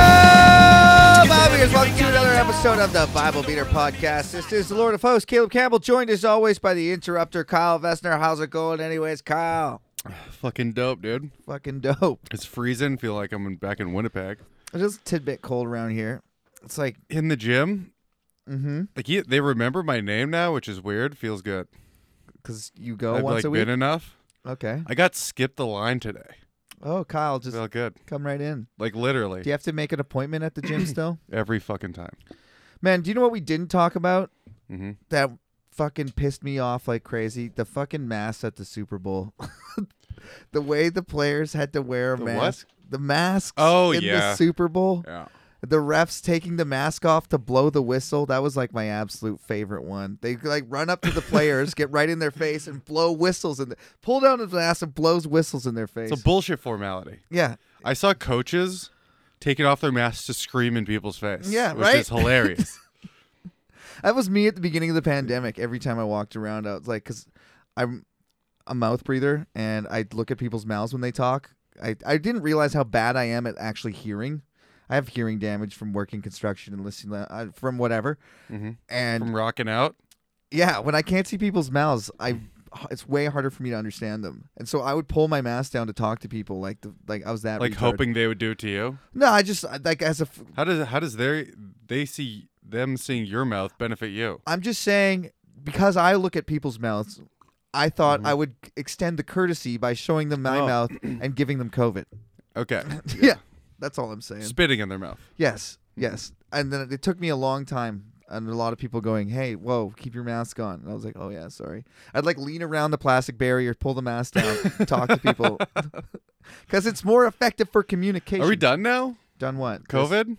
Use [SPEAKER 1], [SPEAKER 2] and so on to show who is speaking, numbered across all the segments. [SPEAKER 1] Hello, Bible Beaters. Welcome to another episode of the Bible Beater Podcast. This is the Lord of Hosts, Caleb Campbell, joined as always by the interrupter, Kyle Vessner. How's it going, anyways, Kyle?
[SPEAKER 2] Fucking dope, dude.
[SPEAKER 1] Fucking dope.
[SPEAKER 2] It's freezing. Feel like I'm in- back in Winnipeg.
[SPEAKER 1] It's just a tidbit cold around here. It's like,
[SPEAKER 2] In the gym,
[SPEAKER 1] mm-hmm,
[SPEAKER 2] like yeah, they remember my name now, which is weird. Feels good.
[SPEAKER 1] because you go
[SPEAKER 2] I've
[SPEAKER 1] Oh, once
[SPEAKER 2] like
[SPEAKER 1] a week.
[SPEAKER 2] been enough.
[SPEAKER 1] okay.
[SPEAKER 2] I got skipped the line today.
[SPEAKER 1] Oh, Kyle, just
[SPEAKER 2] Felt good.
[SPEAKER 1] come right in.
[SPEAKER 2] Like literally
[SPEAKER 1] Do you have to make an appointment at the gym still?
[SPEAKER 2] every fucking time.
[SPEAKER 1] Man, do you know what we didn't talk about
[SPEAKER 2] hmm
[SPEAKER 1] that fucking pissed me off like crazy? The fucking mask at the Super Bowl. the way the players had to wear a
[SPEAKER 2] The what?
[SPEAKER 1] mask. The masks
[SPEAKER 2] Oh,
[SPEAKER 1] in the
[SPEAKER 2] yeah.
[SPEAKER 1] Super Bowl.
[SPEAKER 2] Yeah.
[SPEAKER 1] The refs taking the mask off to blow the whistle. That was like my absolute favorite one. They like run up to the players, get right in their face, and blow whistles and pull down his mask and blows whistles in their face.
[SPEAKER 2] It's a bullshit formality.
[SPEAKER 1] yeah.
[SPEAKER 2] I saw coaches taking off their masks to scream in people's face.
[SPEAKER 1] Yeah,
[SPEAKER 2] which
[SPEAKER 1] right?
[SPEAKER 2] is hilarious.
[SPEAKER 1] That was me at the beginning of the pandemic. Every time I walked around, I was like, because I'm a mouth breather and I look at people's mouths when they talk. I, I didn't realize how bad I am at actually hearing. I have hearing damage from working construction and listening uh, from whatever.
[SPEAKER 2] Mhm.
[SPEAKER 1] And
[SPEAKER 2] From rocking out.
[SPEAKER 1] yeah, when I can't see people's mouths, I it's way harder for me to understand them. And so I would pull my mask down to talk to people, like the, like I was that
[SPEAKER 2] Like
[SPEAKER 1] retarded.
[SPEAKER 2] hoping they would do it to you.
[SPEAKER 1] No, I just uh, like as a f-
[SPEAKER 2] How does how does they they see them seeing your mouth benefit you?
[SPEAKER 1] I'm just saying because I look at people's mouths, I thought I would extend the courtesy by showing them my
[SPEAKER 2] Mm-hmm. Oh.
[SPEAKER 1] mouth and giving them COVID.
[SPEAKER 2] Okay.
[SPEAKER 1] Yeah. that's all I'm saying.
[SPEAKER 2] Spitting in their mouth.
[SPEAKER 1] yes,
[SPEAKER 2] mm-hmm.
[SPEAKER 1] yes. And then it took me a long time, and a lot of people going, "Hey, whoa, keep your mask on." And I was like, "Oh yeah, sorry." I'd like lean around the plastic barrier, pull the mask down, talk to people, because it's more effective for communication.
[SPEAKER 2] Are we done now?
[SPEAKER 1] Done what?
[SPEAKER 2] COVID?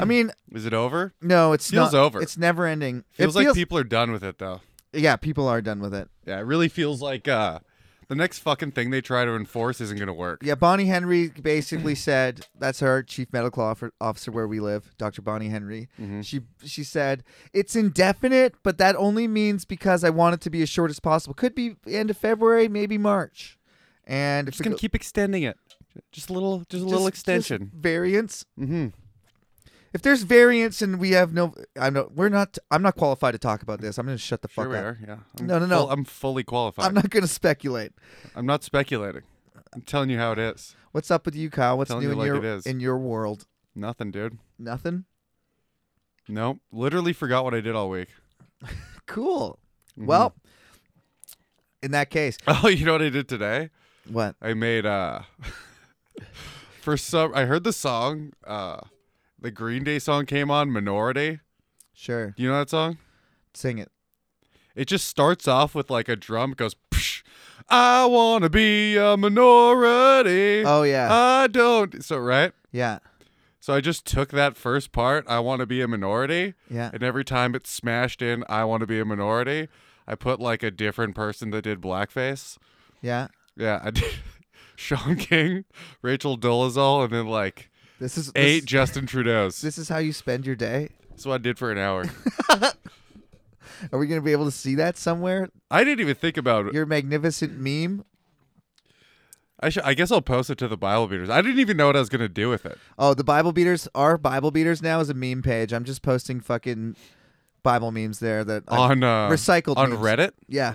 [SPEAKER 1] I mean,
[SPEAKER 2] Is it over?
[SPEAKER 1] no, it's
[SPEAKER 2] Feels
[SPEAKER 1] not,
[SPEAKER 2] over.
[SPEAKER 1] It's never ending.
[SPEAKER 2] Feels
[SPEAKER 1] it
[SPEAKER 2] like
[SPEAKER 1] feels,
[SPEAKER 2] people are done with it though.
[SPEAKER 1] Yeah, people are done with it.
[SPEAKER 2] Yeah, it really feels like uh the next fucking thing they try to enforce isn't gonna work.
[SPEAKER 1] Yeah, Bonnie Henry basically said that's her chief medical offer- officer where we live, Dr. Bonnie Henry.
[SPEAKER 2] Mm-hmm.
[SPEAKER 1] She she said it's indefinite, but that only means because I want it to be as short as possible. Could be end of February, maybe March. And if
[SPEAKER 2] Just gonna keep extending it. Just a little just a little extension.
[SPEAKER 1] variants.
[SPEAKER 2] mm-hmm.
[SPEAKER 1] If there's variants and we have no, I'm not. We're not. I'm not qualified to talk about this. I'm gonna shut the
[SPEAKER 2] Sure
[SPEAKER 1] fuck
[SPEAKER 2] we
[SPEAKER 1] up.
[SPEAKER 2] are, yeah. I'm
[SPEAKER 1] No, no, no.
[SPEAKER 2] full- I'm fully qualified.
[SPEAKER 1] I'm not gonna speculate.
[SPEAKER 2] I'm not speculating. I'm telling you how it is.
[SPEAKER 1] What's up with you, Kyle? What's
[SPEAKER 2] Telling
[SPEAKER 1] new
[SPEAKER 2] you
[SPEAKER 1] in
[SPEAKER 2] like
[SPEAKER 1] your
[SPEAKER 2] it is.
[SPEAKER 1] in your world?
[SPEAKER 2] Nothing, dude.
[SPEAKER 1] Nothing.
[SPEAKER 2] No. Literally forgot what I did all week.
[SPEAKER 1] Cool.
[SPEAKER 2] Mm-hmm.
[SPEAKER 1] Well, in that case,
[SPEAKER 2] Oh, you know what I did today?
[SPEAKER 1] what?
[SPEAKER 2] I made uh for some I heard the song, uh the Green Day song came on, Minority.
[SPEAKER 1] Sure.
[SPEAKER 2] Do you know that song?
[SPEAKER 1] Sing it.
[SPEAKER 2] It just starts off with like a drum it goes Psh, I wanna be a minority.
[SPEAKER 1] Oh yeah.
[SPEAKER 2] I don't so right?
[SPEAKER 1] yeah.
[SPEAKER 2] So I just took that first part, I wanna be a minority,
[SPEAKER 1] Yeah.
[SPEAKER 2] and every time it's smashed in I wanna be a minority, I put like a different person that did blackface.
[SPEAKER 1] Yeah.
[SPEAKER 2] Yeah, I did Sean King, Rachel Dolezal, and then like
[SPEAKER 1] This is this-
[SPEAKER 2] eight Justin Trudeau's.
[SPEAKER 1] This, is how you spend your day.
[SPEAKER 2] That's what I did for an hour.
[SPEAKER 1] Are we gonna be able to see that somewhere?
[SPEAKER 2] I didn't even think about it.
[SPEAKER 1] Your magnificent meme.
[SPEAKER 2] I, sh- I guess I'll post it to the Bible beaters. I didn't even know what I was gonna do with it.
[SPEAKER 1] Oh, the Bible beaters. Our Bible beaters now is a meme page. I'm just posting fucking Bible memes there that I've-
[SPEAKER 2] on uh,
[SPEAKER 1] recycled
[SPEAKER 2] on
[SPEAKER 1] memes.
[SPEAKER 2] Reddit.
[SPEAKER 1] Yeah.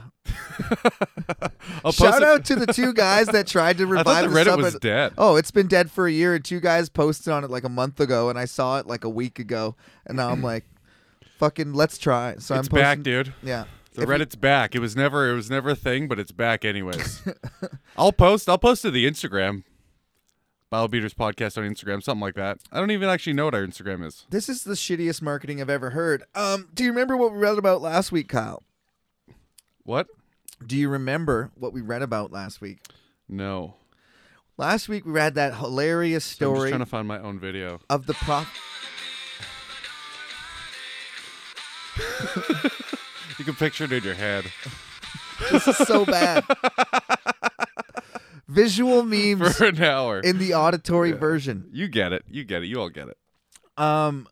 [SPEAKER 2] I'll
[SPEAKER 1] Shout
[SPEAKER 2] post it-
[SPEAKER 1] out to the two guys that tried to
[SPEAKER 2] I
[SPEAKER 1] revive
[SPEAKER 2] thought the
[SPEAKER 1] the
[SPEAKER 2] Reddit
[SPEAKER 1] sub-
[SPEAKER 2] was dead.
[SPEAKER 1] Oh, it's been dead for a year, and two guys posted on it like a month ago, and I saw it like a week ago, and now I'm like, fucking, let's try. it. So I'm
[SPEAKER 2] it's
[SPEAKER 1] posting,
[SPEAKER 2] back, dude.
[SPEAKER 1] Yeah.
[SPEAKER 2] The
[SPEAKER 1] If you-
[SPEAKER 2] Reddit's back. It was never it was never a thing, but it's back anyways. I'll post I'll post to the Instagram. Bible Beaters podcast on Instagram, something like that. I don't even actually know what our Instagram is.
[SPEAKER 1] This is the shittiest marketing I've ever heard. Um, do you remember what we read about last week, Kyle?
[SPEAKER 2] What?
[SPEAKER 1] Do you remember what we read about last week?
[SPEAKER 2] No.
[SPEAKER 1] Last week we read that hilarious
[SPEAKER 2] I'm just
[SPEAKER 1] story
[SPEAKER 2] trying to find my own video.
[SPEAKER 1] of the prop.
[SPEAKER 2] You can picture it in your head.
[SPEAKER 1] This is so bad. Visual memes
[SPEAKER 2] For an hour.
[SPEAKER 1] in the auditory version.
[SPEAKER 2] you get it. You get it. You all get it.
[SPEAKER 1] Um,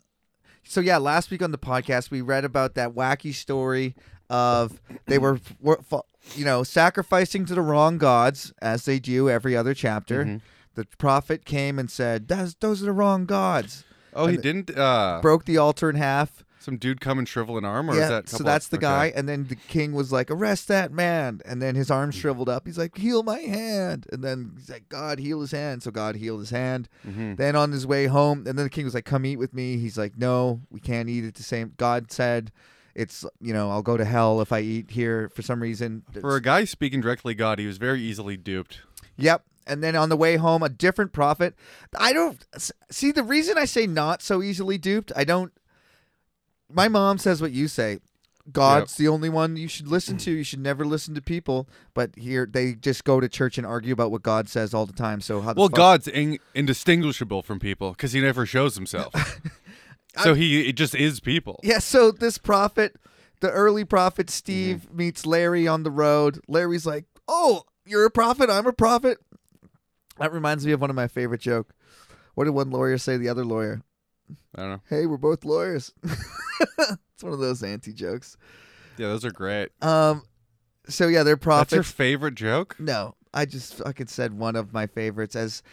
[SPEAKER 1] so yeah, last week on the podcast we read about that wacky story of they were, were fu- you know, sacrificing to the wrong gods as they do every other chapter. the prophet came and said, "That's those are the wrong gods."
[SPEAKER 2] Oh, he didn't. Uh,
[SPEAKER 1] Broke the altar in half.
[SPEAKER 2] some dude come and shrivel an arm, or
[SPEAKER 1] yeah,
[SPEAKER 2] is that? a
[SPEAKER 1] so
[SPEAKER 2] couple-
[SPEAKER 1] that's the
[SPEAKER 2] okay.
[SPEAKER 1] guy, and then the king was like, "Arrest that man!" And then his
[SPEAKER 2] Mm.
[SPEAKER 1] arm shriveled up. He's like, "Heal my hand!" And then he's like, "God, heal his hand!" So God healed his hand.
[SPEAKER 2] Mm-hmm.
[SPEAKER 1] Then on his way home, and then the king was like, "Come eat with me." He's like, "No, we can't eat at the same." God said, "It's you know, I'll go to hell if I eat here for some reason."
[SPEAKER 2] For a guy speaking directly to God, he was very easily duped.
[SPEAKER 1] Yep. And then on the way home, a different prophet. I don't s- see the reason I say not so easily duped. I don't. My mom says what you say. God's the only one you should listen to. You should never listen to people. But here they just go to church and argue about what God says all the time. So how? The
[SPEAKER 2] Well,
[SPEAKER 1] fuck-
[SPEAKER 2] God's in- indistinguishable from people because he never shows himself. so he it just is people.
[SPEAKER 1] Yeah. So this prophet, the early prophet Steve meets Larry on the road. Larry's like, "Oh, you're a prophet. I'm a prophet." That reminds me of one of my favorite joke. What did one lawyer say to the other lawyer?
[SPEAKER 2] I don't know.
[SPEAKER 1] hey, we're both lawyers. it's one of those anti jokes.
[SPEAKER 2] Yeah, those are great.
[SPEAKER 1] Um, so yeah, they're
[SPEAKER 2] That's your
[SPEAKER 1] prophets.
[SPEAKER 2] favorite joke?
[SPEAKER 1] no, I just fucking said one of my favorites as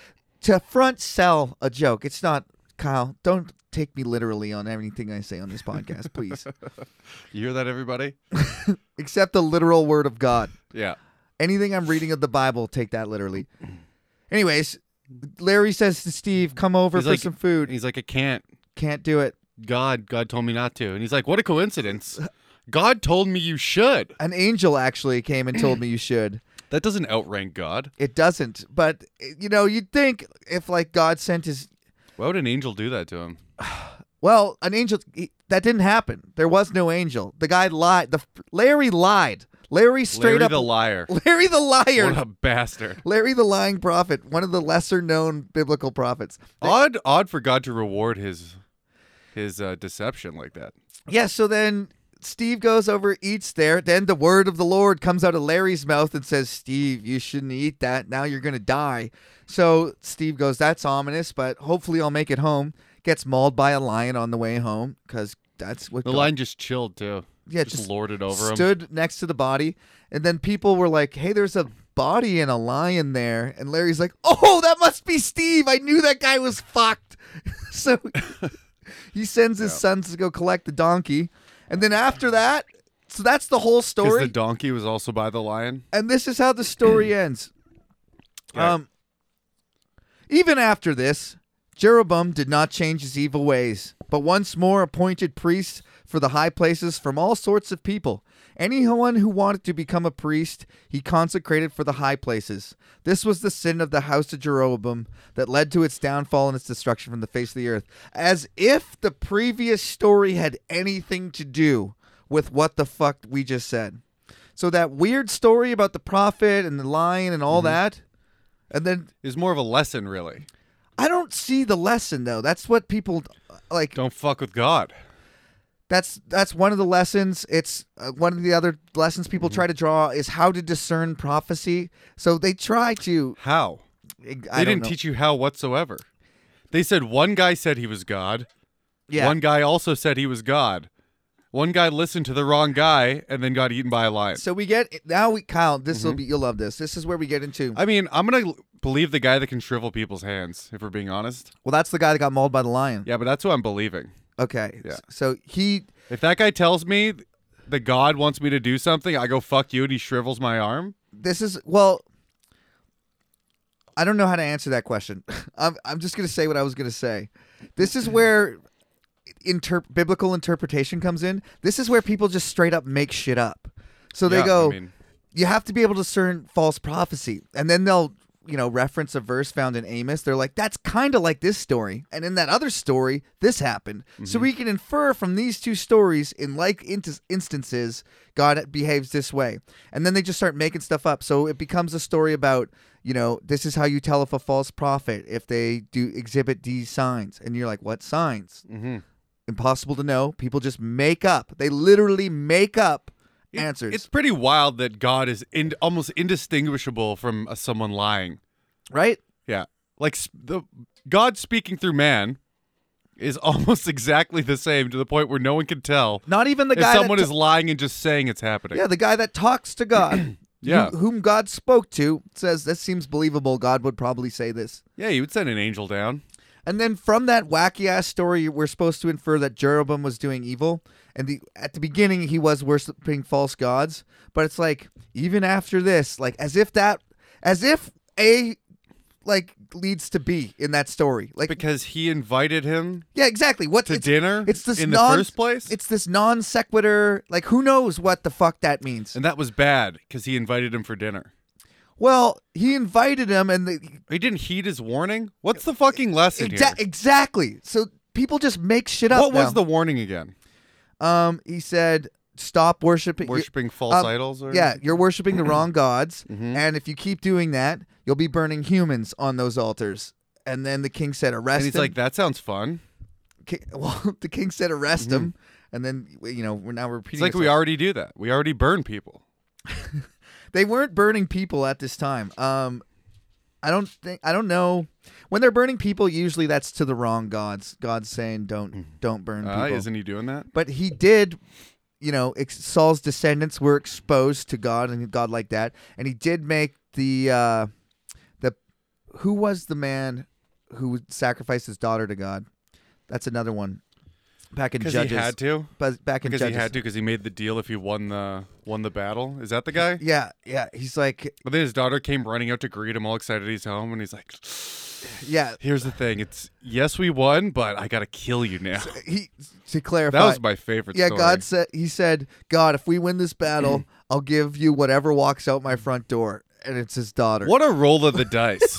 [SPEAKER 1] to front sell a joke. It's not Kyle. Don't take me literally on anything I say on this podcast, please.
[SPEAKER 2] You hear that, everybody?
[SPEAKER 1] Except the literal word of God.
[SPEAKER 2] Yeah.
[SPEAKER 1] Anything I'm reading of the Bible, take that literally. Anyways, Larry says to Steve, "Come over
[SPEAKER 2] He's
[SPEAKER 1] for
[SPEAKER 2] like-
[SPEAKER 1] some food."
[SPEAKER 2] And he's like, I can't.
[SPEAKER 1] Can't do it.
[SPEAKER 2] God, God told me not to. And he's like, What a coincidence. God told me you should.
[SPEAKER 1] An angel actually came and told me you should.
[SPEAKER 2] That doesn't outrank God.
[SPEAKER 1] It doesn't. But you know, you'd think if like God sent his
[SPEAKER 2] Why would an angel do that to him?
[SPEAKER 1] well, an angel he- that didn't happen. There was no angel. The guy lied. The Larry lied. Larry straight
[SPEAKER 2] Larry
[SPEAKER 1] up
[SPEAKER 2] the liar.
[SPEAKER 1] Larry the liar.
[SPEAKER 2] What a bastard.
[SPEAKER 1] Larry the lying prophet, one of the lesser known biblical prophets.
[SPEAKER 2] Odd, odd for God to reward his his uh, deception like that.
[SPEAKER 1] Yeah, so then Steve goes over, eats there. Then the word of the Lord comes out of Larry's mouth and says, Steve, you shouldn't eat that. Now you're going to die. So Steve goes, That's ominous, but hopefully I'll make it home. Gets mauled by a lion on the way home because that's what
[SPEAKER 2] The
[SPEAKER 1] God-
[SPEAKER 2] lion just chilled too.
[SPEAKER 1] Yeah,
[SPEAKER 2] just,
[SPEAKER 1] just
[SPEAKER 2] lorded over him.
[SPEAKER 1] stood next to the body. And then people were like, Hey, there's a body and a lion there. And Larry's like, Oh, that must be Steve. I knew that guy was fucked. so he sends his sons to go collect the donkey. And then after that, so that's the whole
[SPEAKER 2] Because
[SPEAKER 1] story.
[SPEAKER 2] the donkey was also by the lion.
[SPEAKER 1] and this is how the story ends.
[SPEAKER 2] Yeah.
[SPEAKER 1] Um, even after this, Jeroboam did not change his evil ways, but once more appointed priests for the high places from all sorts of people. Anyone who wanted to become a priest, he consecrated for the high places. This was the sin of the house of Jeroboam that led to its downfall and its destruction from the face of the earth. As if the previous story had anything to do with what the fuck we just said. So that weird story about the prophet and the lion and all that, and then
[SPEAKER 2] Is more of a lesson, really.
[SPEAKER 1] I don't see the lesson though. That's what people like.
[SPEAKER 2] Don't fuck with God.
[SPEAKER 1] That's that's one of the lessons. It's uh, one of the other lessons
[SPEAKER 2] Mm-hmm.
[SPEAKER 1] people try to draw is how to discern prophecy. So they try to.
[SPEAKER 2] How?
[SPEAKER 1] I
[SPEAKER 2] They didn't teach you how whatsoever. They said one guy said he was God.
[SPEAKER 1] Yeah.
[SPEAKER 2] One guy also said he was God. One guy listened to the wrong guy and then got eaten by a lion.
[SPEAKER 1] So we get now we Kyle. This will be you'll love this. This is where we get into.
[SPEAKER 2] Mm-hmm. I mean, I'm gonna believe the guy that can shrivel people's hands, if we're being honest.
[SPEAKER 1] well, that's the guy that got mauled by the lion.
[SPEAKER 2] Yeah, but that's what I'm believing.
[SPEAKER 1] Okay.
[SPEAKER 2] Yeah.
[SPEAKER 1] So he
[SPEAKER 2] If that guy tells me that God wants me to do something, I go fuck you and he shrivels my arm.
[SPEAKER 1] this is well i don't know how to answer that question i'm, I'm just going to say what i was going to say this is where inter- biblical interpretation comes in this is where people just straight up make shit up so they
[SPEAKER 2] Yeah, I
[SPEAKER 1] go
[SPEAKER 2] mean-
[SPEAKER 1] you have to be able to discern false prophecy and then they'll you know reference a verse found in amos they're like that's kind of like this story and in that other story this happened
[SPEAKER 2] Mm-hmm.
[SPEAKER 1] so we can infer from these two stories in like int- instances god behaves this way and then they just start making stuff up so it becomes a story about you know this is how you tell if a false prophet if they do exhibit these signs and you're like what signs
[SPEAKER 2] Mm-hmm.
[SPEAKER 1] impossible to know people just make up they literally make up answers
[SPEAKER 2] It's pretty wild that God is in, almost indistinguishable from uh, someone lying.
[SPEAKER 1] right
[SPEAKER 2] Yeah, like sp- the God speaking through man is almost exactly the same to the point where no one can tell
[SPEAKER 1] not even the
[SPEAKER 2] if
[SPEAKER 1] guy that
[SPEAKER 2] someone
[SPEAKER 1] t-
[SPEAKER 2] is lying and just saying it's happening.
[SPEAKER 1] Yeah, the guy that talks to God.
[SPEAKER 2] Yeah.
[SPEAKER 1] who- whom God spoke to says this seems believable. God would probably say this.
[SPEAKER 2] Yeah, you would send an angel down.
[SPEAKER 1] And then from that wacky ass story, we're supposed to infer that Jeroboam was doing evil, and the at the beginning he was worshiping false gods. But it's like even after this, like as if that, as if a, like leads to B in that story. Like
[SPEAKER 2] Because he invited him
[SPEAKER 1] yeah, exactly. What
[SPEAKER 2] to
[SPEAKER 1] it's,
[SPEAKER 2] dinner
[SPEAKER 1] It's this
[SPEAKER 2] in
[SPEAKER 1] non,
[SPEAKER 2] the first place.
[SPEAKER 1] It's this non sequitur. Like who knows what the fuck that means?
[SPEAKER 2] and that was bad because he invited him for dinner.
[SPEAKER 1] well, he invited him, and the,
[SPEAKER 2] He didn't heed his warning. What's the fucking lesson
[SPEAKER 1] exa-
[SPEAKER 2] here?
[SPEAKER 1] exactly. So people just make shit up.
[SPEAKER 2] What was
[SPEAKER 1] now.
[SPEAKER 2] the warning again?
[SPEAKER 1] Um, he said, "Stop worshiping."
[SPEAKER 2] Worshipping false
[SPEAKER 1] um,
[SPEAKER 2] idols? Or?
[SPEAKER 1] Yeah, you're worshiping the wrong gods,
[SPEAKER 2] Mhm.
[SPEAKER 1] and if you keep doing that, you'll be burning humans on those altars. And then the king said, "Arrest
[SPEAKER 2] And he's
[SPEAKER 1] him."
[SPEAKER 2] like, that sounds fun.
[SPEAKER 1] Ki- well, the king said, "Arrest him." And then you know we're now repeating.
[SPEAKER 2] Mm-hmm. It's like we
[SPEAKER 1] yourself.
[SPEAKER 2] already do that. We already burn people.
[SPEAKER 1] They weren't burning people at this time. Um, I don't think I don't know when they're burning people. Usually that's to the wrong gods. God's saying, "Don't don't burn people."
[SPEAKER 2] Uh, isn't he doing that?
[SPEAKER 1] but he did you know ex- saul's descendants were exposed to god and god like that and he did make the uh the who was the man who sacrificed his daughter to god that's another one back in
[SPEAKER 2] Because
[SPEAKER 1] judges
[SPEAKER 2] he had to.
[SPEAKER 1] Buzz- back in
[SPEAKER 2] Because
[SPEAKER 1] judges
[SPEAKER 2] he had to. Because he made the deal if he won the won the battle. Is that the guy?
[SPEAKER 1] yeah yeah he's like
[SPEAKER 2] But then his daughter came running out to greet him, all excited he's home, and he's like,
[SPEAKER 1] yeah
[SPEAKER 2] "Here's the thing. It's yes, we won, but I gotta kill you now."
[SPEAKER 1] he to clarify
[SPEAKER 2] That was my favorite.
[SPEAKER 1] yeah
[SPEAKER 2] story.
[SPEAKER 1] god said he said god if we win this battle i'll give you whatever walks out my front door and it's his daughter
[SPEAKER 2] What a roll of the dice.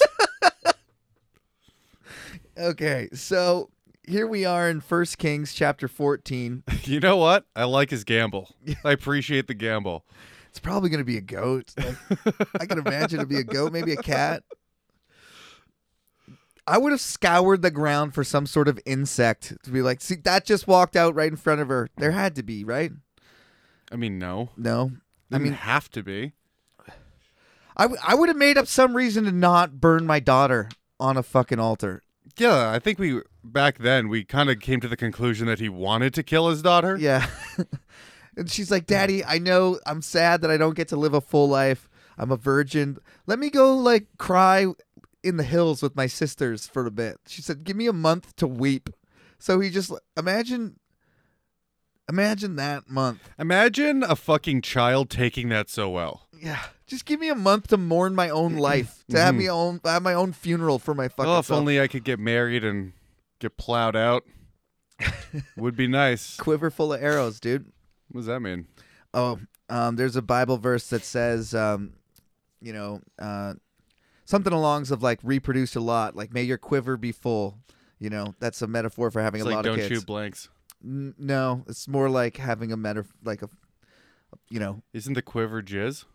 [SPEAKER 1] Okay, so here we are in First Kings chapter 14.
[SPEAKER 2] you know what? I like his gamble. I appreciate the gamble.
[SPEAKER 1] It's probably going to be a goat. Like, I can imagine it'd be a goat, maybe a cat. I would have scoured the ground for some sort of insect to be like, see, that just walked out right in front of her. There had to be, right?
[SPEAKER 2] I mean, no.
[SPEAKER 1] No. I
[SPEAKER 2] Didn't
[SPEAKER 1] mean,
[SPEAKER 2] have to be.
[SPEAKER 1] I, w- I would have made up some reason to not burn my daughter on a fucking altar.
[SPEAKER 2] Yeah, I think we back then we kind of came to the conclusion that he wanted to kill his daughter.
[SPEAKER 1] Yeah. and she's like, Daddy, I know I'm sad that I don't get to live a full life. I'm a virgin. Let me go, like, cry in the hills with my sisters for a bit. She said, Give me a month to weep. So he just, imagine, imagine that month.
[SPEAKER 2] Imagine a fucking child taking that so well.
[SPEAKER 1] Yeah. Just give me a month to mourn my own life, to have me own, have my own funeral for my fucking
[SPEAKER 2] Mm-hmm. oh, if
[SPEAKER 1] self.
[SPEAKER 2] only I could get married and get plowed out. Would be nice.
[SPEAKER 1] quiver full of arrows, dude.
[SPEAKER 2] What does that mean?
[SPEAKER 1] Oh, um, there's a Bible verse that says, um, you know, uh, something along of like reproduce a lot, like may your quiver be full. You know, that's a metaphor for having
[SPEAKER 2] It's
[SPEAKER 1] a
[SPEAKER 2] like
[SPEAKER 1] lot
[SPEAKER 2] don't
[SPEAKER 1] of kids.
[SPEAKER 2] shoot blanks.
[SPEAKER 1] N- no, it's more like having a metaphor, like a, you know,
[SPEAKER 2] Isn't the quiver jizz?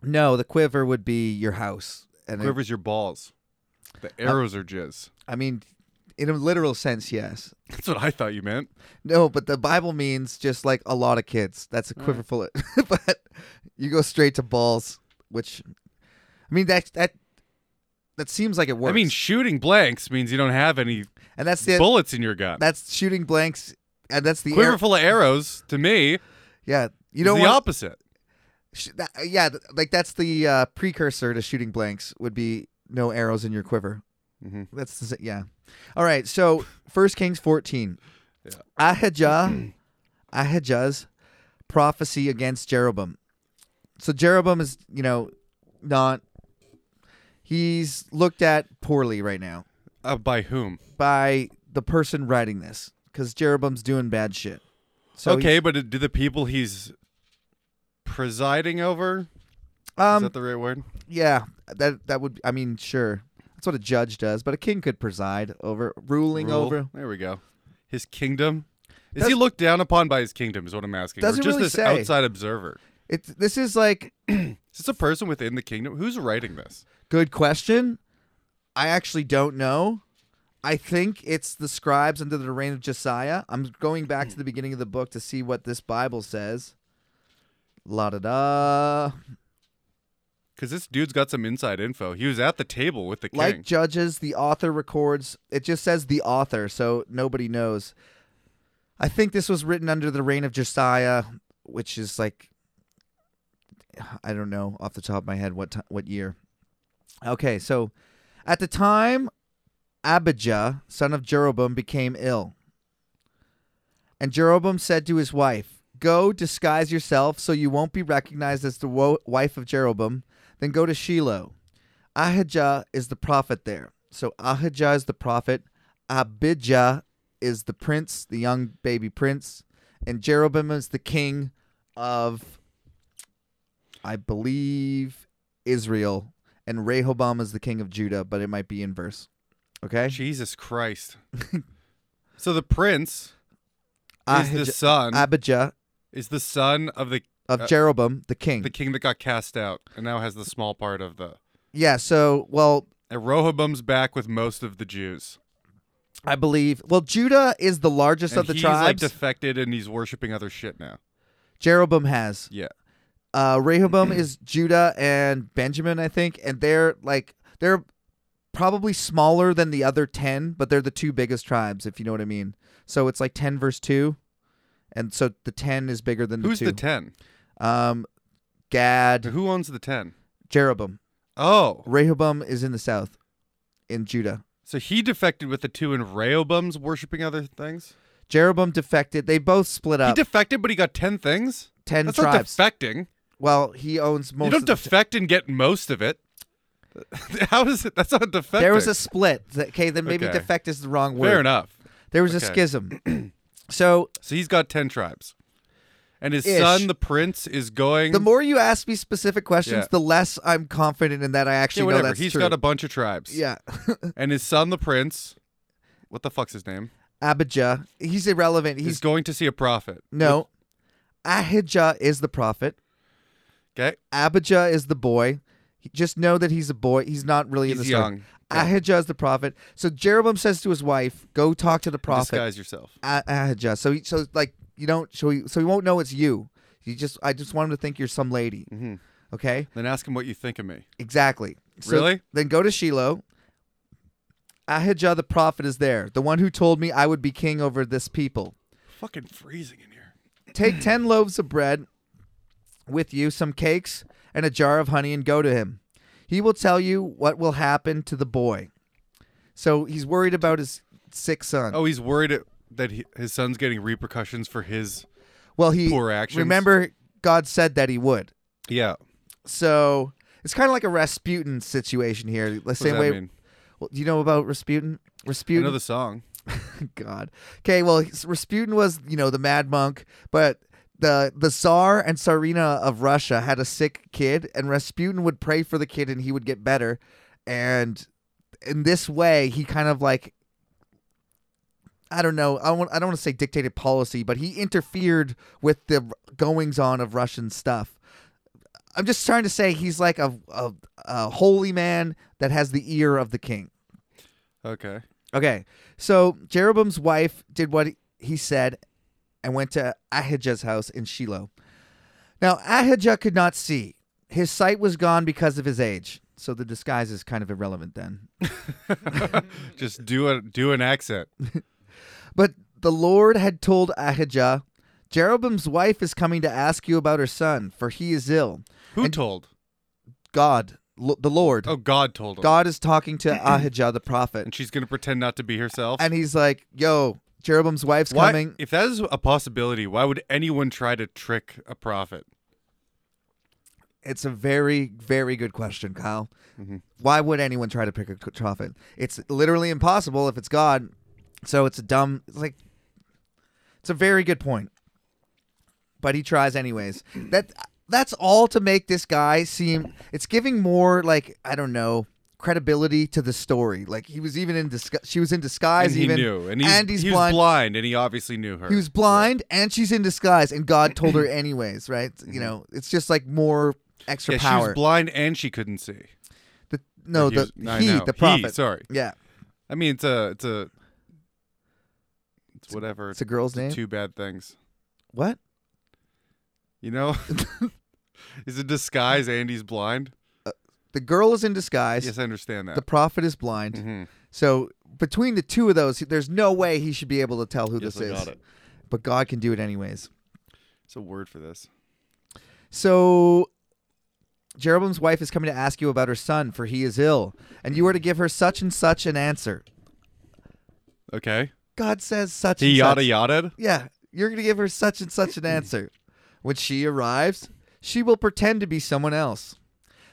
[SPEAKER 1] no, the quiver would be your house, and it-
[SPEAKER 2] Quiver's your balls. The arrows are jizz.
[SPEAKER 1] I mean, in a literal sense, yes.
[SPEAKER 2] That's what I thought you meant.
[SPEAKER 1] No, but the Bible means just like a lot of kids. That's a quiver full of. but you go straight to balls, which, I mean that that that seems like it works.
[SPEAKER 2] I mean, shooting blanks means you don't have any
[SPEAKER 1] and that's the
[SPEAKER 2] bullets in your gun.
[SPEAKER 1] that's shooting blanks, and that's the
[SPEAKER 2] Quiver
[SPEAKER 1] air-
[SPEAKER 2] full of arrows to me
[SPEAKER 1] yeah. You
[SPEAKER 2] is
[SPEAKER 1] don't
[SPEAKER 2] the
[SPEAKER 1] want
[SPEAKER 2] opposite.
[SPEAKER 1] sh- that, uh, yeah, th- like that's the uh, precursor to shooting blanks would be no arrows in your quiver.
[SPEAKER 2] Mhm.
[SPEAKER 1] That's the, s- yeah. All right, so First Kings fourteen,
[SPEAKER 2] Yeah.
[SPEAKER 1] Ahijah, Ahijah's prophecy against Jeroboam. So Jeroboam is you know not he's looked at poorly right now
[SPEAKER 2] Uh, by whom?
[SPEAKER 1] by the person writing this because Jeroboam's doing bad shit. So he's-
[SPEAKER 2] okay, but do the people he's presiding over? is
[SPEAKER 1] um,
[SPEAKER 2] that the right word?
[SPEAKER 1] Yeah, that that would. I mean, sure, that's what a judge does, but a king could preside over ruling
[SPEAKER 2] Rule?
[SPEAKER 1] over.
[SPEAKER 2] There we go. His kingdom. Is
[SPEAKER 1] Does-
[SPEAKER 2] he looked down upon by his kingdom? Is what I'm asking.
[SPEAKER 1] Doesn't
[SPEAKER 2] or just
[SPEAKER 1] really
[SPEAKER 2] this
[SPEAKER 1] say.
[SPEAKER 2] outside observer.
[SPEAKER 1] It. This is like
[SPEAKER 2] Is this a person within the kingdom? Who's writing this?
[SPEAKER 1] good question. I actually don't know. I think it's the scribes under the reign of Josiah. I'm going back to the beginning of the book to see what this Bible says. La da da.
[SPEAKER 2] Because this dude's got some inside info. He was at the table with the king.
[SPEAKER 1] Like judges, the author records. It just says the author, so nobody knows. I think this was written under the reign of Josiah, which is like I don't know off the top of my head what ti what year. Okay, so at the time, Abijah, son of Jeroboam, became ill, and Jeroboam said to his wife, "Go disguise yourself so you won't be recognized as the wo- wife of Jeroboam. Then go to Shiloh. Ahijah is the prophet there. So Ahijah is the prophet. Abijah is the prince, the young baby prince, and Jeroboam is the king of, I believe, Israel, and Rehoboam is the king of Judah, but it might be inverse. Okay,
[SPEAKER 2] Jesus Christ. so the prince is the
[SPEAKER 1] Ahijah-
[SPEAKER 2] son
[SPEAKER 1] Abijah
[SPEAKER 2] is the son of the
[SPEAKER 1] of
[SPEAKER 2] Uh,
[SPEAKER 1] Jeroboam, the king.
[SPEAKER 2] the king that got cast out and now has the small part of the
[SPEAKER 1] yeah. So, well,
[SPEAKER 2] and Rehoboam's back with most of the Jews.
[SPEAKER 1] I believe. Well, Judah is the largest
[SPEAKER 2] and
[SPEAKER 1] of the
[SPEAKER 2] he's like
[SPEAKER 1] tribes.
[SPEAKER 2] defected and he's worshiping other shit now.
[SPEAKER 1] Jeroboam has.
[SPEAKER 2] Yeah.
[SPEAKER 1] uh, Rehoboam is Judah and Benjamin, I think, and they're like they're probably smaller than the other ten, but they're the two biggest tribes, if you know what I mean. So it's like ten verse two, and so the ten is bigger than the
[SPEAKER 2] Who's
[SPEAKER 1] two.
[SPEAKER 2] the 10?
[SPEAKER 1] um, Gad,
[SPEAKER 2] Who owns the 10?
[SPEAKER 1] Jeroboam,
[SPEAKER 2] Oh.
[SPEAKER 1] Rehoboam is in the south, in Judah.
[SPEAKER 2] So he defected with the 2 and Rehoboam's worshiping other things?
[SPEAKER 1] Jeroboam defected. They both split
[SPEAKER 2] He
[SPEAKER 1] up.
[SPEAKER 2] defected but he got 10 things?
[SPEAKER 1] Uh, ten
[SPEAKER 2] That's not
[SPEAKER 1] tribes.
[SPEAKER 2] defecting.
[SPEAKER 1] well, he owns most.
[SPEAKER 2] you don't
[SPEAKER 1] of the
[SPEAKER 2] defect and get most of it. How does it? That's not defecting.
[SPEAKER 1] there was a split. Okay, then maybe
[SPEAKER 2] Okay.
[SPEAKER 1] defect is the wrong word.
[SPEAKER 2] fair enough.
[SPEAKER 1] There was a
[SPEAKER 2] Okay.
[SPEAKER 1] schism. so
[SPEAKER 2] So he's got ten tribes, and his
[SPEAKER 1] Ish.
[SPEAKER 2] son, the prince, is going.
[SPEAKER 1] the more you ask me specific questions,
[SPEAKER 2] Mm. Yeah.
[SPEAKER 1] the less I'm confident in that I
[SPEAKER 2] yeah,
[SPEAKER 1] actually know
[SPEAKER 2] whatever.
[SPEAKER 1] that's
[SPEAKER 2] He's
[SPEAKER 1] true.
[SPEAKER 2] got a bunch of tribes.
[SPEAKER 1] yeah,
[SPEAKER 2] and his son, the prince, what the fuck's his name?
[SPEAKER 1] Abijah. He's irrelevant.
[SPEAKER 2] He's
[SPEAKER 1] He's
[SPEAKER 2] going to see a prophet.
[SPEAKER 1] no. Ahijah is the prophet.
[SPEAKER 2] Okay,
[SPEAKER 1] Abijah is the boy. He- Just know that he's a boy. He's not really in
[SPEAKER 2] he's
[SPEAKER 1] the story.
[SPEAKER 2] young. Yeah.
[SPEAKER 1] Ahijah is the prophet. So Jeroboam says to his wife, "Go talk to the prophet."
[SPEAKER 2] Disguise yourself.
[SPEAKER 1] Ah- Ahijah. So he, so like you don't so he, so he won't know it's you. You just I just want him to think you're some lady.
[SPEAKER 2] Mhm.
[SPEAKER 1] Okay,
[SPEAKER 2] Then ask him what you think of me.
[SPEAKER 1] exactly. So
[SPEAKER 2] Really?
[SPEAKER 1] Then go to Shiloh. Ahijah the prophet is there, the one who told me I would be king over this people.
[SPEAKER 2] Fucking freezing in here.
[SPEAKER 1] Take ten loaves of bread with you, some cakes, and a jar of honey, and go to him. He will tell you what will happen to the boy. So he's worried about his sick son.
[SPEAKER 2] Oh, he's worried it- that he, his son's getting repercussions for his.
[SPEAKER 1] well, he
[SPEAKER 2] poor actions.
[SPEAKER 1] remember God said that he would.
[SPEAKER 2] Yeah.
[SPEAKER 1] So it's kind of like a Rasputin situation here. The
[SPEAKER 2] What does
[SPEAKER 1] same
[SPEAKER 2] that
[SPEAKER 1] way.
[SPEAKER 2] mean?
[SPEAKER 1] Well, do you know about Rasputin?
[SPEAKER 2] You
[SPEAKER 1] Rasputin.
[SPEAKER 2] know the song.
[SPEAKER 1] God. Okay. Well, he's- Rasputin was you know the mad monk, but the the Tsar and Tsarina of Russia had a sick kid, and Rasputin would pray for the kid, and he would get better, and in this way he kind of like. I don't know. I want. I don't want to say dictated policy, but he interfered with the goings on of Russian stuff. I'm just trying to say he's like a, a a holy man that has the ear of the king.
[SPEAKER 2] Okay.
[SPEAKER 1] Okay, so Jeroboam's wife did what he said and went to Ahijah's house in Shiloh. Now, Ahijah could not see. His sight was gone because of his age. So the disguise is kind of irrelevant then.
[SPEAKER 2] Just do a do an accent.
[SPEAKER 1] But the Lord had told Ahijah, Jeroboam's wife is coming to ask you about her son, for he is ill.
[SPEAKER 2] Who
[SPEAKER 1] And-
[SPEAKER 2] told?
[SPEAKER 1] God, lo- the Lord.
[SPEAKER 2] Oh, God told him.
[SPEAKER 1] God is talking to Ahijah the prophet.
[SPEAKER 2] And she's gonna pretend not to be herself.
[SPEAKER 1] And he's like, Yo, Jeroboam's wife's
[SPEAKER 2] why,
[SPEAKER 1] coming.
[SPEAKER 2] If that is a possibility, why would anyone try to trick a prophet?
[SPEAKER 1] It's a very, very good question, Kyle.
[SPEAKER 2] Mm-hmm.
[SPEAKER 1] Why would anyone try to pick a t- prophet? It's literally impossible if it's God. So it's a dumb. It's like it's a very good point, but he tries anyways. That that's all to make this guy seem. It's giving more like I don't know credibility to the story. Like he was even in disgu- she was in disguise
[SPEAKER 2] and he
[SPEAKER 1] even
[SPEAKER 2] knew, and he's,
[SPEAKER 1] he's
[SPEAKER 2] he
[SPEAKER 1] blind.
[SPEAKER 2] was blind, and he obviously knew her.
[SPEAKER 1] He was blind and she's in disguise and God told her anyways, right? You know, it's just like more extra
[SPEAKER 2] Mm-hmm. Yeah,
[SPEAKER 1] power.
[SPEAKER 2] she was blind, and she couldn't see.
[SPEAKER 1] The, no,
[SPEAKER 2] he
[SPEAKER 1] the
[SPEAKER 2] was- I
[SPEAKER 1] he,
[SPEAKER 2] know.
[SPEAKER 1] the prophet.
[SPEAKER 2] sorry,
[SPEAKER 1] Yeah,
[SPEAKER 2] I mean it's a it's a it's whatever.
[SPEAKER 1] it's a girl's name.
[SPEAKER 2] two bad things,
[SPEAKER 1] What?
[SPEAKER 2] you know. Is a disguise, and he's blind.
[SPEAKER 1] The girl is in disguise.
[SPEAKER 2] Yes, I understand that.
[SPEAKER 1] The prophet is blind.
[SPEAKER 2] Mhm.
[SPEAKER 1] So between the two of those, there's no way he should be able to tell who
[SPEAKER 2] Yes,
[SPEAKER 1] this
[SPEAKER 2] I
[SPEAKER 1] is.
[SPEAKER 2] got it.
[SPEAKER 1] But God can do it anyways.
[SPEAKER 2] It's a word for this.
[SPEAKER 1] So Jeroboam's wife is coming to ask you about her son, for he is ill, and you are to give her such and such an answer.
[SPEAKER 2] Okay.
[SPEAKER 1] God says such
[SPEAKER 2] He
[SPEAKER 1] and
[SPEAKER 2] yada
[SPEAKER 1] such.
[SPEAKER 2] yada.
[SPEAKER 1] Yeah, you're going to give her such and such an answer. When she arrives, she will pretend to be someone else.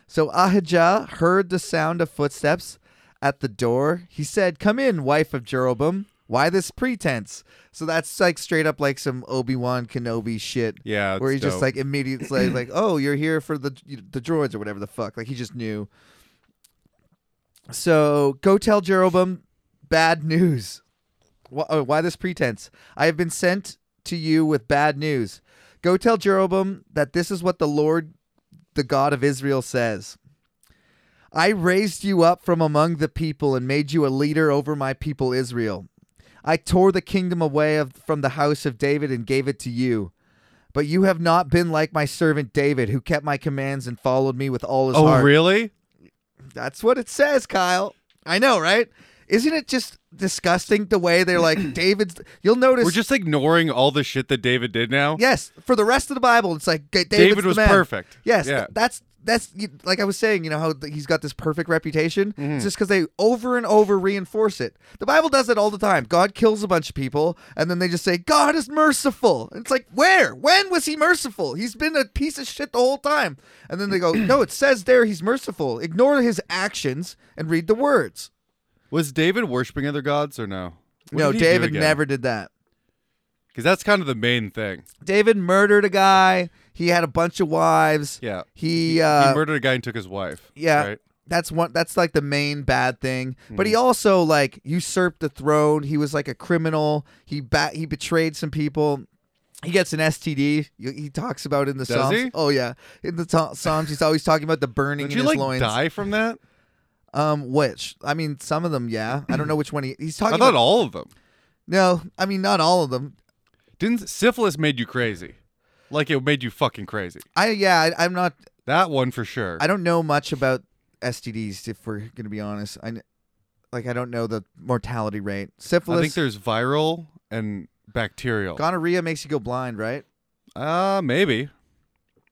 [SPEAKER 1] So Ahijah heard the sound of footsteps at the door. He said, Come in, wife of Jeroboam. Why this pretense? So that's like straight up like some Obi Wan Kenobi shit.
[SPEAKER 2] Yeah.
[SPEAKER 1] where he
[SPEAKER 2] it's
[SPEAKER 1] just
[SPEAKER 2] dope.
[SPEAKER 1] like immediately like, like, oh, you're here for the the droids or whatever the fuck. Like he just knew. So go tell Jeroboam bad news. Why, oh, why this pretense? I have been sent to you with bad news. Go tell Jeroboam that this is what the Lord, the God of Israel, says. I raised you up from among the people and made you a leader over my people Israel. I tore the kingdom away of, from the house of David and gave it to you. But you have not been like my servant David, who kept my commands and followed me with all his
[SPEAKER 2] Oh
[SPEAKER 1] heart.
[SPEAKER 2] really?
[SPEAKER 1] That's what it says, Kyle. I know, right? Isn't it just disgusting the way they're like David's? You'll notice.
[SPEAKER 2] We're just ignoring all the shit that David did now.
[SPEAKER 1] yes, for the rest of the Bible, it's like David's
[SPEAKER 2] David
[SPEAKER 1] the
[SPEAKER 2] was
[SPEAKER 1] man.
[SPEAKER 2] perfect.
[SPEAKER 1] Yes,
[SPEAKER 2] Yeah.
[SPEAKER 1] th- that's that's you- like I was saying. You know how th- he's got this perfect reputation.
[SPEAKER 2] Mm-hmm.
[SPEAKER 1] It's just because they over and over reinforce it. The Bible does it all the time. God kills a bunch of people, and then they just say God is merciful. And it's like where, when was he merciful? He's been a piece of shit the whole time. And then they go, no, it says there he's merciful. Ignore his actions and read the words.
[SPEAKER 2] Was David worshiping other gods or no?
[SPEAKER 1] no, David never did that.
[SPEAKER 2] Because that's kind of the main thing.
[SPEAKER 1] David murdered a guy. He had a bunch of wives.
[SPEAKER 2] Yeah.
[SPEAKER 1] He, uh,
[SPEAKER 2] he murdered a guy and took his wife.
[SPEAKER 1] Yeah.
[SPEAKER 2] Right? Mm-hmm.
[SPEAKER 1] That's one that's like the main bad thing. But he also like usurped the throne. He was like a criminal. He ba- he betrayed some people. He gets an STD. He, he talks about it in the
[SPEAKER 2] Does
[SPEAKER 1] Psalms.
[SPEAKER 2] he?
[SPEAKER 1] Oh yeah. In the to- Psalms he's always talking about the burning
[SPEAKER 2] Did
[SPEAKER 1] in
[SPEAKER 2] you
[SPEAKER 1] his
[SPEAKER 2] like
[SPEAKER 1] loins.
[SPEAKER 2] die from that?
[SPEAKER 1] Um which I mean some of them yeah. I don't know which one he, he's talking
[SPEAKER 2] I thought
[SPEAKER 1] about.
[SPEAKER 2] all of them.
[SPEAKER 1] No, I mean not all of them.
[SPEAKER 2] Didn't syphilis made you crazy? Like it made you fucking crazy.
[SPEAKER 1] I yeah, I, I'm not
[SPEAKER 2] That one for sure.
[SPEAKER 1] I don't know much about STDs if we're going to be honest. I kn- like I don't know the mortality rate.
[SPEAKER 2] I think
[SPEAKER 1] Syphilis
[SPEAKER 2] there's viral and bacterial.
[SPEAKER 1] gonorrhea makes you go blind, right?
[SPEAKER 2] Uh maybe.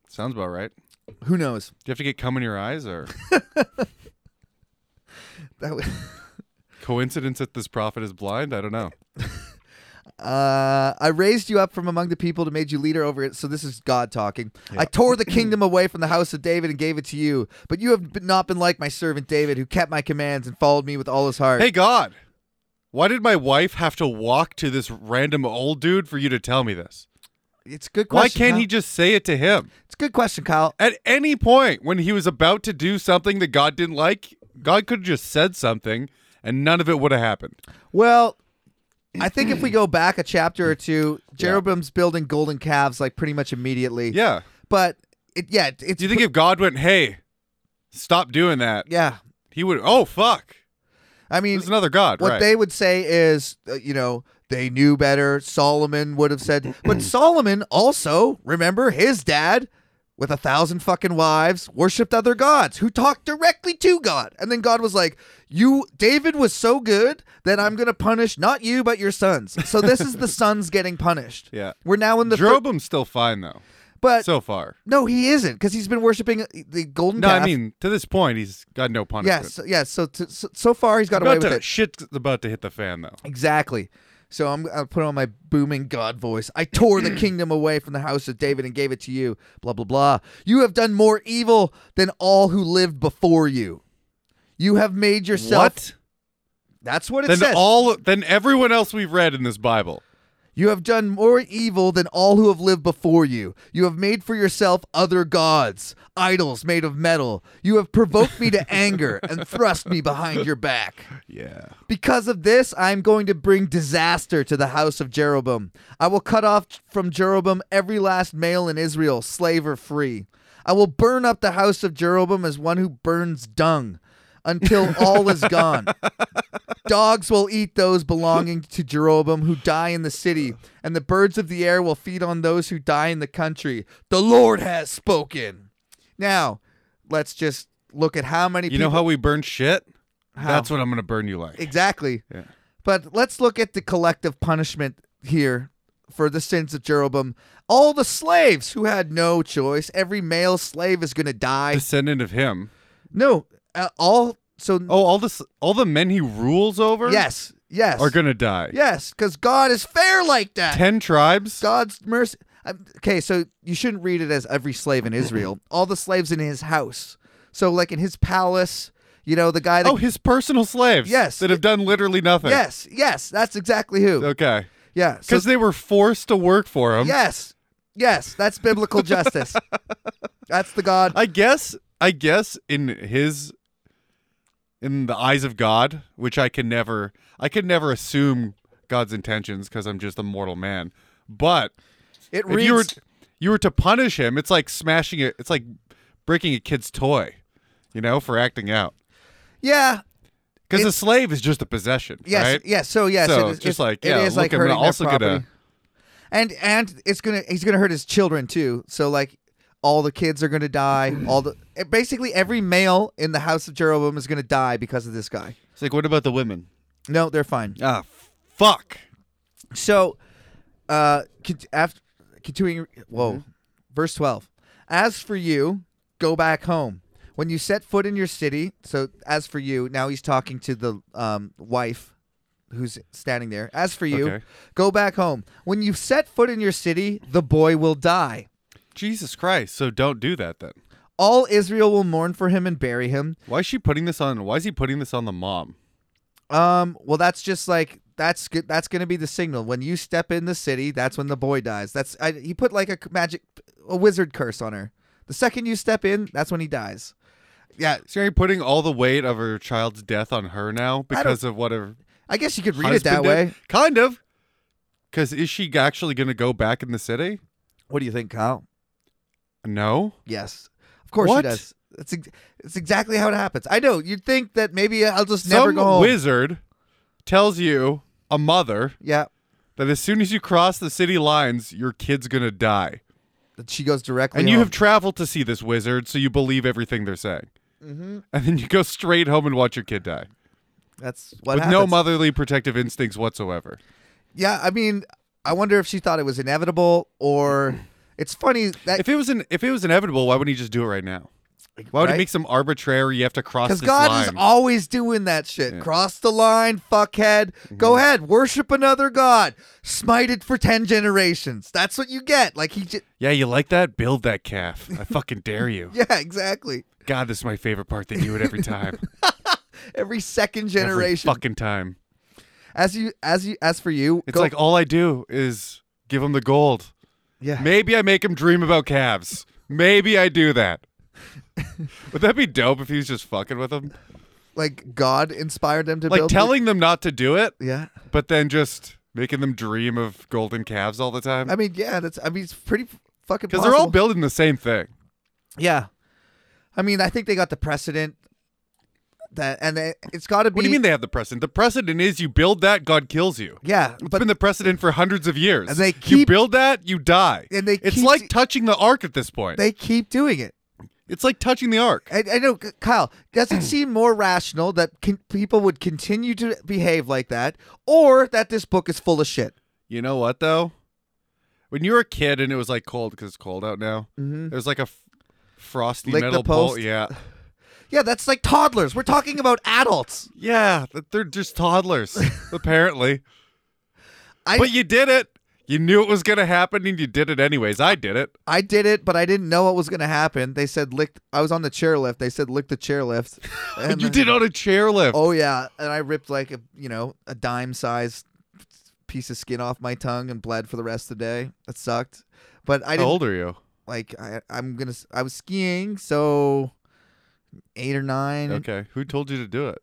[SPEAKER 2] Sounds about right. Do
[SPEAKER 1] Who knows?
[SPEAKER 2] you have to get cum in your eyes or
[SPEAKER 1] That w-
[SPEAKER 2] coincidence that this prophet is blind? I don't know.
[SPEAKER 1] uh, I raised you up from among the people to made you leader over it. So this is God talking. I tore the kingdom away from the house of David and gave it to you, but you have b- not been like my servant David, who kept my commands and followed me with all his heart.
[SPEAKER 2] Hey God, why did my wife have to walk to this random old dude for you to tell me this?
[SPEAKER 1] it's a good
[SPEAKER 2] Why
[SPEAKER 1] question.
[SPEAKER 2] can't
[SPEAKER 1] Kyle.
[SPEAKER 2] he just say it to him?
[SPEAKER 1] It's a good question, Kyle.
[SPEAKER 2] At any point when he was about to do something that God didn't like, God could have just said something and none of it would have happened.
[SPEAKER 1] Well, I think if we go back a chapter or two, Jeroboam's building golden calves like pretty much immediately.
[SPEAKER 2] Yeah.
[SPEAKER 1] but it, yeah, it- it's
[SPEAKER 2] Do you think if God went, hey, stop doing that,
[SPEAKER 1] yeah.
[SPEAKER 2] he would, oh, fuck.
[SPEAKER 1] I mean,
[SPEAKER 2] There's another God,
[SPEAKER 1] What
[SPEAKER 2] right?
[SPEAKER 1] they would say is, uh, you know, they knew better. Solomon would have said, but Solomon also, remember, his dad, with a thousand fucking wives, worshipped other gods who talked directly to God. And then God was like, you, David was so good that I'm going to punish not you, but your sons. So this is the sons getting punished.
[SPEAKER 2] Yeah.
[SPEAKER 1] We're now in the. thir-
[SPEAKER 2] Jeroboam's still fine, though,
[SPEAKER 1] but
[SPEAKER 2] so far.
[SPEAKER 1] no, he isn't because he's been worshiping the golden
[SPEAKER 2] No,
[SPEAKER 1] calf.
[SPEAKER 2] I mean, to this point, he's got no punishment.
[SPEAKER 1] yes, yes. So, to, so so far he's got away
[SPEAKER 2] About
[SPEAKER 1] with
[SPEAKER 2] to,
[SPEAKER 1] it.
[SPEAKER 2] Shit's about to hit the fan, though.
[SPEAKER 1] Exactly. So I'm I'll put on my booming God voice. I tore the kingdom away from the house of David and gave it to you. Blah blah blah. You have done more evil than all who lived before you. You have made yourself.
[SPEAKER 2] What?
[SPEAKER 1] That's what it
[SPEAKER 2] Then
[SPEAKER 1] says.
[SPEAKER 2] all, then everyone else we've read in this Bible.
[SPEAKER 1] you have done more evil than all who have lived before you. You have made for yourself other gods, idols made of metal. You have provoked me to anger and thrust me behind your back.
[SPEAKER 2] Yeah.
[SPEAKER 1] Because of this, I am going to bring disaster to the house of Jeroboam. I will cut off from Jeroboam every last male in Israel, slave or free. I will burn up the house of Jeroboam as one who burns dung until all is gone. Dogs will eat those belonging to Jeroboam who die in the city, and the birds of the air will feed on those who die in the country. The Lord has spoken. Now, let's just look at how many
[SPEAKER 2] You
[SPEAKER 1] people
[SPEAKER 2] know how we burn shit?
[SPEAKER 1] How?
[SPEAKER 2] That's what I'm going to burn you like.
[SPEAKER 1] Exactly.
[SPEAKER 2] Yeah.
[SPEAKER 1] But let's look at the collective punishment here for the sins of Jeroboam all the slaves who had no choice. Every male slave is going to die.
[SPEAKER 2] Descendant of him.
[SPEAKER 1] No, uh, all so
[SPEAKER 2] Oh, all this, all the men he rules over.
[SPEAKER 1] yes, yes,
[SPEAKER 2] Are gonna die.
[SPEAKER 1] yes, because God is fair like that.
[SPEAKER 2] Ten tribes.
[SPEAKER 1] God's mercy. Um, Okay, so you shouldn't read it as every slave in Israel. All the slaves in his house. So like in his palace, you know the guy. That,
[SPEAKER 2] Oh, his personal slaves.
[SPEAKER 1] Yes.
[SPEAKER 2] That have done literally nothing.
[SPEAKER 1] yes, yes, that's exactly who.
[SPEAKER 2] Okay.
[SPEAKER 1] yeah, so-
[SPEAKER 2] Because they were forced to work for him.
[SPEAKER 1] yes, yes, that's biblical justice. that's the God.
[SPEAKER 2] I guess I guess in his in the eyes of God, which I can never I can never assume God's intentions because I'm just a mortal man. But
[SPEAKER 1] It
[SPEAKER 2] if you were
[SPEAKER 1] reads.
[SPEAKER 2] you were to punish him, it's like smashing it. It's like breaking a kid's toy, you know, for acting out.
[SPEAKER 1] Yeah.
[SPEAKER 2] Because a slave is just a possession,
[SPEAKER 1] Yes.
[SPEAKER 2] right?
[SPEAKER 1] Yes. So yes.
[SPEAKER 2] So
[SPEAKER 1] it is, it's-
[SPEAKER 2] just like, yeah,
[SPEAKER 1] it is
[SPEAKER 2] look,
[SPEAKER 1] like
[SPEAKER 2] I'm gonna
[SPEAKER 1] hurting their
[SPEAKER 2] also gonna-
[SPEAKER 1] property. And and it's gonna he's gonna hurt his children too. So like all the kids are gonna die. All the eh, basically every male in the house of Jeroboam is gonna die because of this guy.
[SPEAKER 2] It's like what about the women?
[SPEAKER 1] No, they're fine.
[SPEAKER 2] Ah, f- fuck.
[SPEAKER 1] So, uh, cont- after continuing, whoa, verse twelve. As for you, go back home. When you set foot in your city, so as for you, now he's talking to the um, wife who's standing there. As for you,
[SPEAKER 2] Okay.
[SPEAKER 1] go back home. When you set foot in your city, the boy will die.
[SPEAKER 2] Jesus Christ. So don't do that then.
[SPEAKER 1] All Israel will mourn for him and bury him.
[SPEAKER 2] Why is she putting this on? Why is he putting this on the mom?
[SPEAKER 1] Um, well, that's just like that's good. That's gonna be the signal. When you step in the city, that's when the boy dies. That's I, he put like a c- magic, a wizard curse on her. The second you step in, that's when he dies. Yeah,
[SPEAKER 2] So are you putting all the weight of her child's death on her now because of what her
[SPEAKER 1] I guess you could read it
[SPEAKER 2] husband
[SPEAKER 1] that
[SPEAKER 2] did?
[SPEAKER 1] way.
[SPEAKER 2] Kind of. Because is she actually going to go back in the city?
[SPEAKER 1] What do you think, Kyle?
[SPEAKER 2] No.
[SPEAKER 1] Yes, of course
[SPEAKER 2] What?
[SPEAKER 1] she does. It's ex- it's exactly how it happens. I know. You'd think that maybe I'll just never
[SPEAKER 2] Some
[SPEAKER 1] go home.
[SPEAKER 2] wizard tells you, a mother,
[SPEAKER 1] yeah,
[SPEAKER 2] that as soon as you cross the city lines, your kid's going to die.
[SPEAKER 1] that she goes directly.
[SPEAKER 2] And you
[SPEAKER 1] home.
[SPEAKER 2] have traveled to see this wizard, so you believe everything they're saying.
[SPEAKER 1] Mm-hmm.
[SPEAKER 2] And then you go straight home and watch your kid die
[SPEAKER 1] that's what
[SPEAKER 2] with
[SPEAKER 1] happens.
[SPEAKER 2] no motherly protective instincts whatsoever.
[SPEAKER 1] yeah, I mean, I wonder if she thought it was inevitable or. It's funny that
[SPEAKER 2] If it was an, if it was inevitable, why wouldn't he just do it right now? Why would
[SPEAKER 1] Right?
[SPEAKER 2] he make some arbitrary? You have to cross
[SPEAKER 1] Because
[SPEAKER 2] this
[SPEAKER 1] God
[SPEAKER 2] line.
[SPEAKER 1] is always doing that shit. Cross the line, fuckhead.
[SPEAKER 2] Mm-hmm.
[SPEAKER 1] Go ahead, worship another god. Smite it for ten generations. That's what you get. Like he, j-
[SPEAKER 2] yeah, you like that? Build that calf. I fucking dare you.
[SPEAKER 1] yeah, exactly.
[SPEAKER 2] God, this is my favorite part. They do it every time,
[SPEAKER 1] Every second
[SPEAKER 2] every
[SPEAKER 1] generation.
[SPEAKER 2] fucking time.
[SPEAKER 1] as you, as you, as for you,
[SPEAKER 2] It's
[SPEAKER 1] go-
[SPEAKER 2] like oh, all I do is give him the gold.
[SPEAKER 1] yeah,
[SPEAKER 2] Maybe I make him dream about calves. Maybe I do that. Would that be dope if he was just fucking with them?
[SPEAKER 1] like God inspired them to
[SPEAKER 2] Like
[SPEAKER 1] build. the-
[SPEAKER 2] telling them not to do it,
[SPEAKER 1] yeah,
[SPEAKER 2] but then just making them dream of golden calves all the time.
[SPEAKER 1] I mean, yeah, that's. I mean, it's pretty f- fucking.
[SPEAKER 2] Because they're all
[SPEAKER 1] possible.
[SPEAKER 2] building the same thing.
[SPEAKER 1] Yeah, I mean, I think they got the precedent. That and they, it's got to be.
[SPEAKER 2] What do you mean they have the precedent? The precedent is you build that, God kills you.
[SPEAKER 1] Yeah,
[SPEAKER 2] It's
[SPEAKER 1] but
[SPEAKER 2] been the precedent for hundreds of years.
[SPEAKER 1] And they
[SPEAKER 2] you
[SPEAKER 1] keep-
[SPEAKER 2] build that, you die.
[SPEAKER 1] And they
[SPEAKER 2] it's
[SPEAKER 1] keep-
[SPEAKER 2] like touching the ark at this point.
[SPEAKER 1] they keep doing it.
[SPEAKER 2] it's like touching the ark.
[SPEAKER 1] I, I know, Kyle. Does it seem more rational that con- people would continue to behave like that, or that this book is full of shit?
[SPEAKER 2] You know what though? When you were a kid and it was like cold because it's cold out now, mm-hmm. there was like a f- frosty
[SPEAKER 1] Lick the
[SPEAKER 2] metal bowl.
[SPEAKER 1] post.
[SPEAKER 2] Yeah,
[SPEAKER 1] Yeah, that's like toddlers. We're talking about adults.
[SPEAKER 2] yeah, th- they're just toddlers apparently.
[SPEAKER 1] I
[SPEAKER 2] But you did it. You knew it was gonna happen, and you did it anyways. I did it.
[SPEAKER 1] I did it, but I didn't know what was gonna happen. They said lick. I was on the chairlift. They said lick the chairlift. And
[SPEAKER 2] you
[SPEAKER 1] then-
[SPEAKER 2] did it on a chairlift.
[SPEAKER 1] Oh yeah, and I ripped like a you know a dime sized piece of skin off my tongue and bled for the rest of the day. That sucked. But I
[SPEAKER 2] How
[SPEAKER 1] didn't
[SPEAKER 2] old are you?
[SPEAKER 1] like. I, I'm gonna. s- I was skiing, so eight or nine.
[SPEAKER 2] Okay, who told you to do it?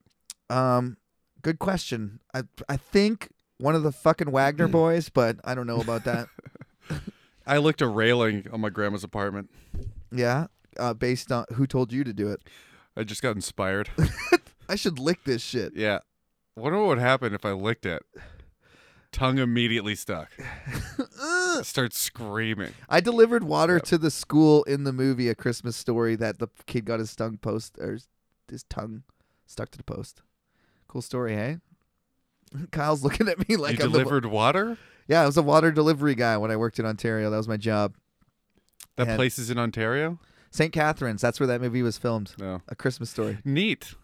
[SPEAKER 1] Um, good question. I I think one of the fucking Wagner
[SPEAKER 2] Mm-hmm.
[SPEAKER 1] boys, but I don't know about that.
[SPEAKER 2] I licked a railing on my grandma's apartment.
[SPEAKER 1] yeah, uh, based on who told you to do it.
[SPEAKER 2] I just got inspired.
[SPEAKER 1] I should lick this shit.
[SPEAKER 2] yeah. Wonder what would happen if I licked it. Tongue immediately stuck.
[SPEAKER 1] Ugh.
[SPEAKER 2] Start screaming.
[SPEAKER 1] I delivered water to the school in the movie A Christmas Story that the kid got his tongue post or his- his tongue stuck to the post. Cool story, hey? Kyle's looking at me like
[SPEAKER 2] you
[SPEAKER 1] I'm
[SPEAKER 2] delivered water?
[SPEAKER 1] the, Yeah, I was a water delivery guy when I worked in Ontario. That was my job.
[SPEAKER 2] That
[SPEAKER 1] And-
[SPEAKER 2] place is in Ontario.
[SPEAKER 1] St. Catharines. That's where that movie was filmed.
[SPEAKER 2] No.
[SPEAKER 1] A Christmas story.
[SPEAKER 2] Neat.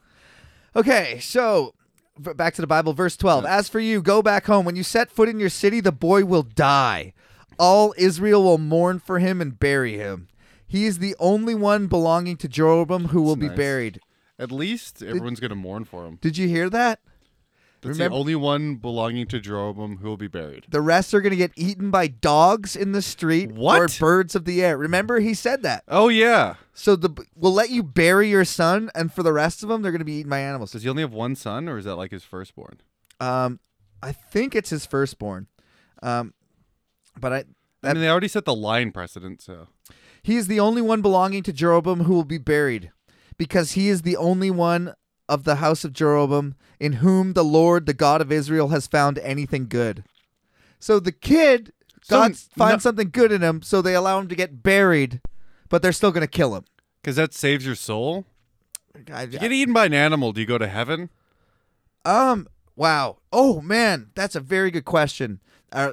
[SPEAKER 1] Okay, so v- back to the Bible, verse 12. As for you, go back home. When you set foot in your city, the boy will die. All Israel will mourn for him and bury him. He is the only one belonging to Jeroboam who will be
[SPEAKER 2] nice.
[SPEAKER 1] buried.
[SPEAKER 2] At least everyone's gonna mourn for him.
[SPEAKER 1] Did you hear that?
[SPEAKER 2] That's
[SPEAKER 1] remember-
[SPEAKER 2] the only one belonging to Jeroboam who will be buried.
[SPEAKER 1] The rest are going to get eaten by dogs in the street or
[SPEAKER 2] What?
[SPEAKER 1] birds of the air. Remember, he said that.
[SPEAKER 2] Oh yeah,
[SPEAKER 1] So the we'll let you bury your son, and for the rest of them, they're going to be eaten by animals.
[SPEAKER 2] does he only have one son, or is that like his firstborn?
[SPEAKER 1] Um, I think it's his firstborn. Um, but I
[SPEAKER 2] I mean, they already set the line precedent, so
[SPEAKER 1] He is the only one belonging to Jeroboam who will be buried, because he is the only one of the house of Jeroboam in whom the Lord, the God of Israel, has found anything good. So the kid,
[SPEAKER 2] So
[SPEAKER 1] God
[SPEAKER 2] n-
[SPEAKER 1] finds
[SPEAKER 2] no-
[SPEAKER 1] something good in him, so they allow him to get buried, but they're still going to kill him.
[SPEAKER 2] because that saves your soul.
[SPEAKER 1] I-
[SPEAKER 2] If you get eaten by an animal, do you go to heaven?
[SPEAKER 1] um, wow. Oh, man, that's a very good question. Uh,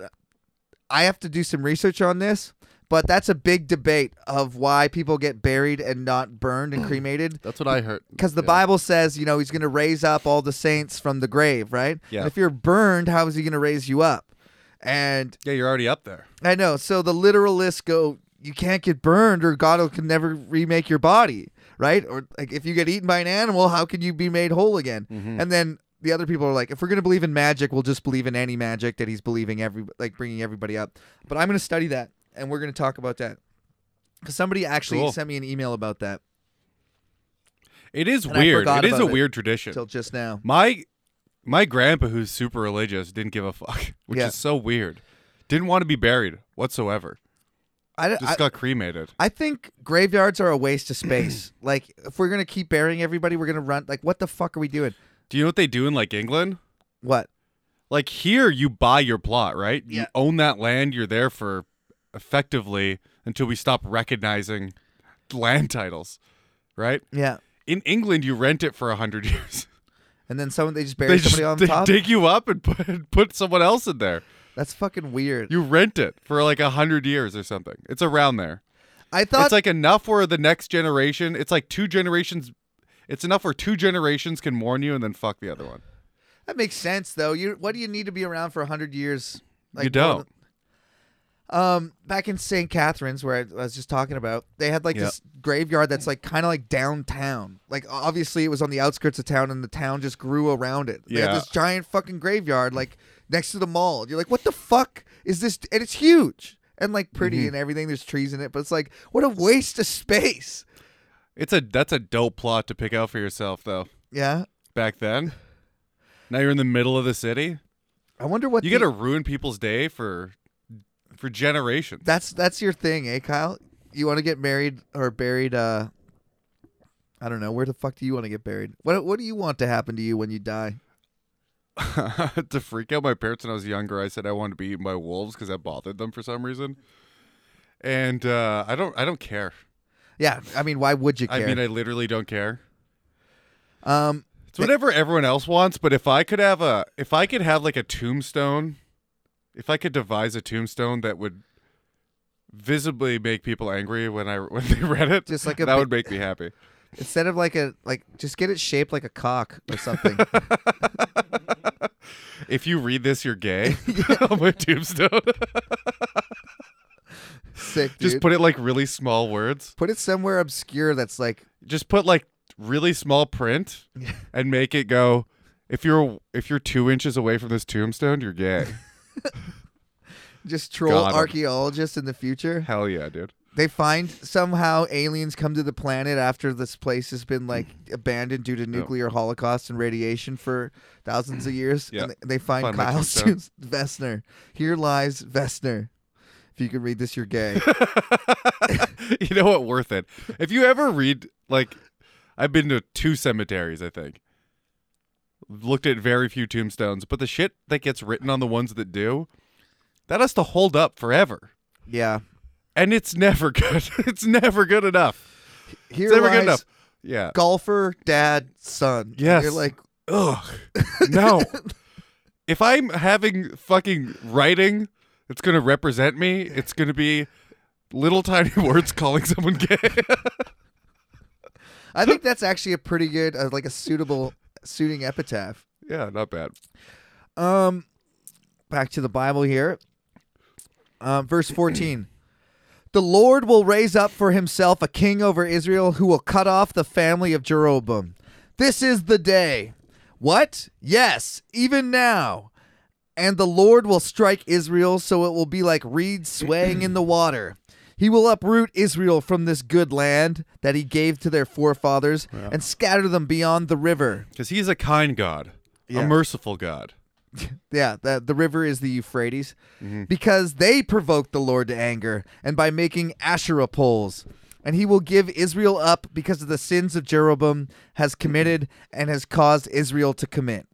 [SPEAKER 1] I have to do some research on this. But that's a big debate of why people get buried and not burned and cremated.
[SPEAKER 2] That's what I heard.
[SPEAKER 1] Because the
[SPEAKER 2] Yeah.
[SPEAKER 1] Bible says, you know, he's going to raise up all the saints from the grave, right?
[SPEAKER 2] Yeah.
[SPEAKER 1] And if you're burned, how is he going to raise you up? And
[SPEAKER 2] Yeah, you're already up there.
[SPEAKER 1] I know, so the literalists go, you can't get burned or God will- can never remake your body, right? Or like if you get eaten by an animal, how can you be made whole again?
[SPEAKER 2] Mm-hmm.
[SPEAKER 1] And then the other people are like, if we're going to believe in magic, we'll just believe in any magic that he's believing every like bringing everybody up. But I'm going to study that and we're going to talk about that. Cuz somebody actually
[SPEAKER 2] Cool.
[SPEAKER 1] sent me an email about that
[SPEAKER 2] It is
[SPEAKER 1] And I
[SPEAKER 2] weird.
[SPEAKER 1] forgot
[SPEAKER 2] It is
[SPEAKER 1] about
[SPEAKER 2] a
[SPEAKER 1] it.
[SPEAKER 2] weird tradition.
[SPEAKER 1] till just now.
[SPEAKER 2] My my grandpa, who's super religious, didn't give a fuck, which
[SPEAKER 1] Yeah.
[SPEAKER 2] is so weird. Didn't want to be buried whatsoever.
[SPEAKER 1] I, don't-
[SPEAKER 2] Just
[SPEAKER 1] I,
[SPEAKER 2] got cremated.
[SPEAKER 1] I think graveyards are a waste of space. like, if we're gonna keep burying everybody, we're gonna run. Like, what the fuck are we doing?
[SPEAKER 2] Do you know what they do in like England?
[SPEAKER 1] What?
[SPEAKER 2] Like here, you buy your plot, right?
[SPEAKER 1] Yeah.
[SPEAKER 2] You own that land. You're there for effectively until we stop recognizing land titles, right?
[SPEAKER 1] Yeah.
[SPEAKER 2] In England, you rent it for a hundred years.
[SPEAKER 1] And then someone they just
[SPEAKER 2] They
[SPEAKER 1] bury
[SPEAKER 2] just
[SPEAKER 1] somebody on
[SPEAKER 2] they
[SPEAKER 1] top.
[SPEAKER 2] dig you up and put put someone else in there.
[SPEAKER 1] That's fucking weird.
[SPEAKER 2] You rent it for like a hundred years or something. It's around there.
[SPEAKER 1] I thought.
[SPEAKER 2] it's like enough where the next generation it's like two generations it's enough where two generations can mourn you and then fuck the other one
[SPEAKER 1] That makes sense, though. You what do you need to be around for hundred years?
[SPEAKER 2] you
[SPEAKER 1] more
[SPEAKER 2] don't
[SPEAKER 1] than- Um, back in St. Catharines, where I, I was just talking about, they had like
[SPEAKER 2] Yeah.
[SPEAKER 1] this graveyard that's like kind of like downtown. Like obviously, it was on the outskirts of town, and the town just grew around it. They had
[SPEAKER 2] Yeah.
[SPEAKER 1] this giant fucking graveyard like next to the mall. You're like, what the fuck is this? And it's huge and like pretty
[SPEAKER 2] Mm-hmm.
[SPEAKER 1] and everything. There's trees in it, but it's like what a waste of space.
[SPEAKER 2] it's a that's a dope plot to pick out for yourself though
[SPEAKER 1] Yeah,
[SPEAKER 2] back then now you're in the middle of the city
[SPEAKER 1] I wonder what
[SPEAKER 2] you
[SPEAKER 1] the-
[SPEAKER 2] gotta ruin people's day for for generations
[SPEAKER 1] That's that's your thing, eh, Kyle? You want to get married or buried? Uh, I don't know. Where the fuck do you want to get buried? What What do you want to happen to you when you die?
[SPEAKER 2] to freak out my parents when I was younger, I said I wanted to be eaten by wolves because that bothered them for some reason. And uh, I don't, I don't care.
[SPEAKER 1] Yeah, I mean, why would you
[SPEAKER 2] I
[SPEAKER 1] care?
[SPEAKER 2] mean, I literally don't care.
[SPEAKER 1] um,
[SPEAKER 2] It's whatever everyone else wants, but if I could have a if I could have like a tombstone, if I could devise a tombstone that would visibly make people angry when I when they read it,
[SPEAKER 1] Just like a
[SPEAKER 2] that
[SPEAKER 1] big-
[SPEAKER 2] would make me happy.
[SPEAKER 1] instead of like a like, just get it shaped like a cock or something.
[SPEAKER 2] If you read this, you're gay on my tombstone.
[SPEAKER 1] Sick, dude.
[SPEAKER 2] Just put it like really small words.
[SPEAKER 1] Put it somewhere obscure that's like
[SPEAKER 2] Just put like really small print and make it go. If you're if you're two inches away from this tombstone, you're gay.
[SPEAKER 1] just troll
[SPEAKER 2] Got 'em.
[SPEAKER 1] archaeologists in the future.
[SPEAKER 2] Hell yeah, dude.
[SPEAKER 1] They find somehow aliens come to the planet after this place has been like abandoned due to nuclear holocaust and radiation for thousands of years.
[SPEAKER 2] Yeah.
[SPEAKER 1] And they- they find,
[SPEAKER 2] Find my
[SPEAKER 1] Kyle
[SPEAKER 2] tombstone.
[SPEAKER 1] Seuss- Vesner. Here lies Vesner. If you can read this, you're gay.
[SPEAKER 2] you know what? Worth it. If you ever read, like, I've been to two cemeteries, I think. Looked at very few tombstones, but the shit that gets written on the ones that do, that has to hold up forever.
[SPEAKER 1] yeah.
[SPEAKER 2] And it's never good. it's never good enough.
[SPEAKER 1] Here
[SPEAKER 2] It's never
[SPEAKER 1] lies
[SPEAKER 2] good enough. Yeah.
[SPEAKER 1] golfer, dad, son. And
[SPEAKER 2] Yes.
[SPEAKER 1] You're like,
[SPEAKER 2] Ugh. No. if I'm having fucking writing It's gonna represent me. It's gonna be little tiny words calling someone gay.
[SPEAKER 1] I think that's actually a pretty good, uh, like a suitable suiting epitaph.
[SPEAKER 2] yeah, not bad.
[SPEAKER 1] Um, back to the Bible here. Um, verse 14. The Lord will raise up for himself a king over Israel who will cut off the family of Jeroboam. This is the day. What? Yes, even now. And the Lord will strike Israel so it will be like reeds swaying in the water. He will uproot Israel from this good land that he gave to their forefathers and scatter them beyond the river.
[SPEAKER 2] Because he's a kind God,
[SPEAKER 1] Yeah.
[SPEAKER 2] a merciful God.
[SPEAKER 1] Yeah, the, the river is the Euphrates.
[SPEAKER 2] Mm-hmm.
[SPEAKER 1] Because they provoked the Lord to anger, and by making Asherah poles. And he will give Israel up because of the sins of Jeroboam has committed and has caused Israel to commit.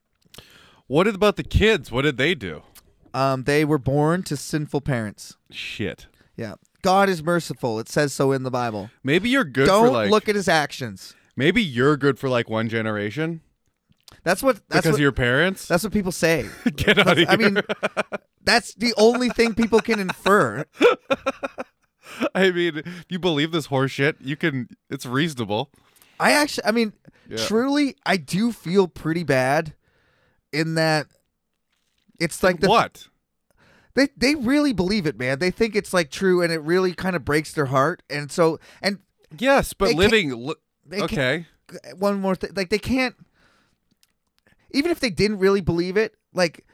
[SPEAKER 2] What about the kids? What did they do?
[SPEAKER 1] Um, they were born to sinful parents.
[SPEAKER 2] Shit.
[SPEAKER 1] Yeah. God is merciful. It says so in the Bible.
[SPEAKER 2] Maybe you're good for
[SPEAKER 1] Don't
[SPEAKER 2] like.
[SPEAKER 1] look at his actions.
[SPEAKER 2] maybe you're good for like one generation
[SPEAKER 1] That's what that's
[SPEAKER 2] because
[SPEAKER 1] what,
[SPEAKER 2] your parents.
[SPEAKER 1] that's what people say.
[SPEAKER 2] Get out of here.
[SPEAKER 1] I mean that's the only thing people can infer.
[SPEAKER 2] I mean, if you believe this horse shit, you can. It's reasonable.
[SPEAKER 1] I actually, I mean,
[SPEAKER 2] Yeah.
[SPEAKER 1] truly, I do feel pretty bad in that it's like the,
[SPEAKER 2] what?
[SPEAKER 1] they they really believe it, man. They think it's like true, and it really kind of breaks their heart. And so, and
[SPEAKER 2] Yes,
[SPEAKER 1] They
[SPEAKER 2] but
[SPEAKER 1] can't-
[SPEAKER 2] living. Li-
[SPEAKER 1] they
[SPEAKER 2] okay.
[SPEAKER 1] can't, one more thing, like they can't, even if they didn't really believe it, like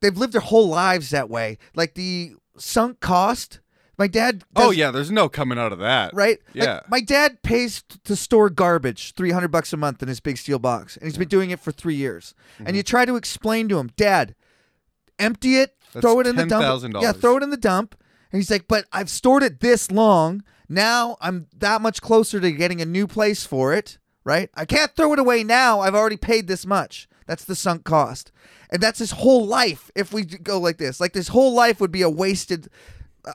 [SPEAKER 1] they've lived their whole lives that way. Like the sunk cost. My dad. Does,
[SPEAKER 2] Oh yeah, there's no coming out of that.
[SPEAKER 1] right? Like,
[SPEAKER 2] Yeah.
[SPEAKER 1] my dad pays t- to store garbage, three hundred bucks a month in his big steel box, and he's been doing it for three years. And
[SPEAKER 2] Mm-hmm.
[SPEAKER 1] you try to explain to him, Dad, empty it,
[SPEAKER 2] That's
[SPEAKER 1] throw it in the dump.
[SPEAKER 2] $10,000.
[SPEAKER 1] Yeah, throw it in the dump. And he's like, But I've stored it this long. Now I'm that much closer to getting a new place for it. Right? I can't throw it away now. I've already paid this much. That's the sunk cost. And that's his whole life if we d- go like this. Like, this whole life would be a wasted.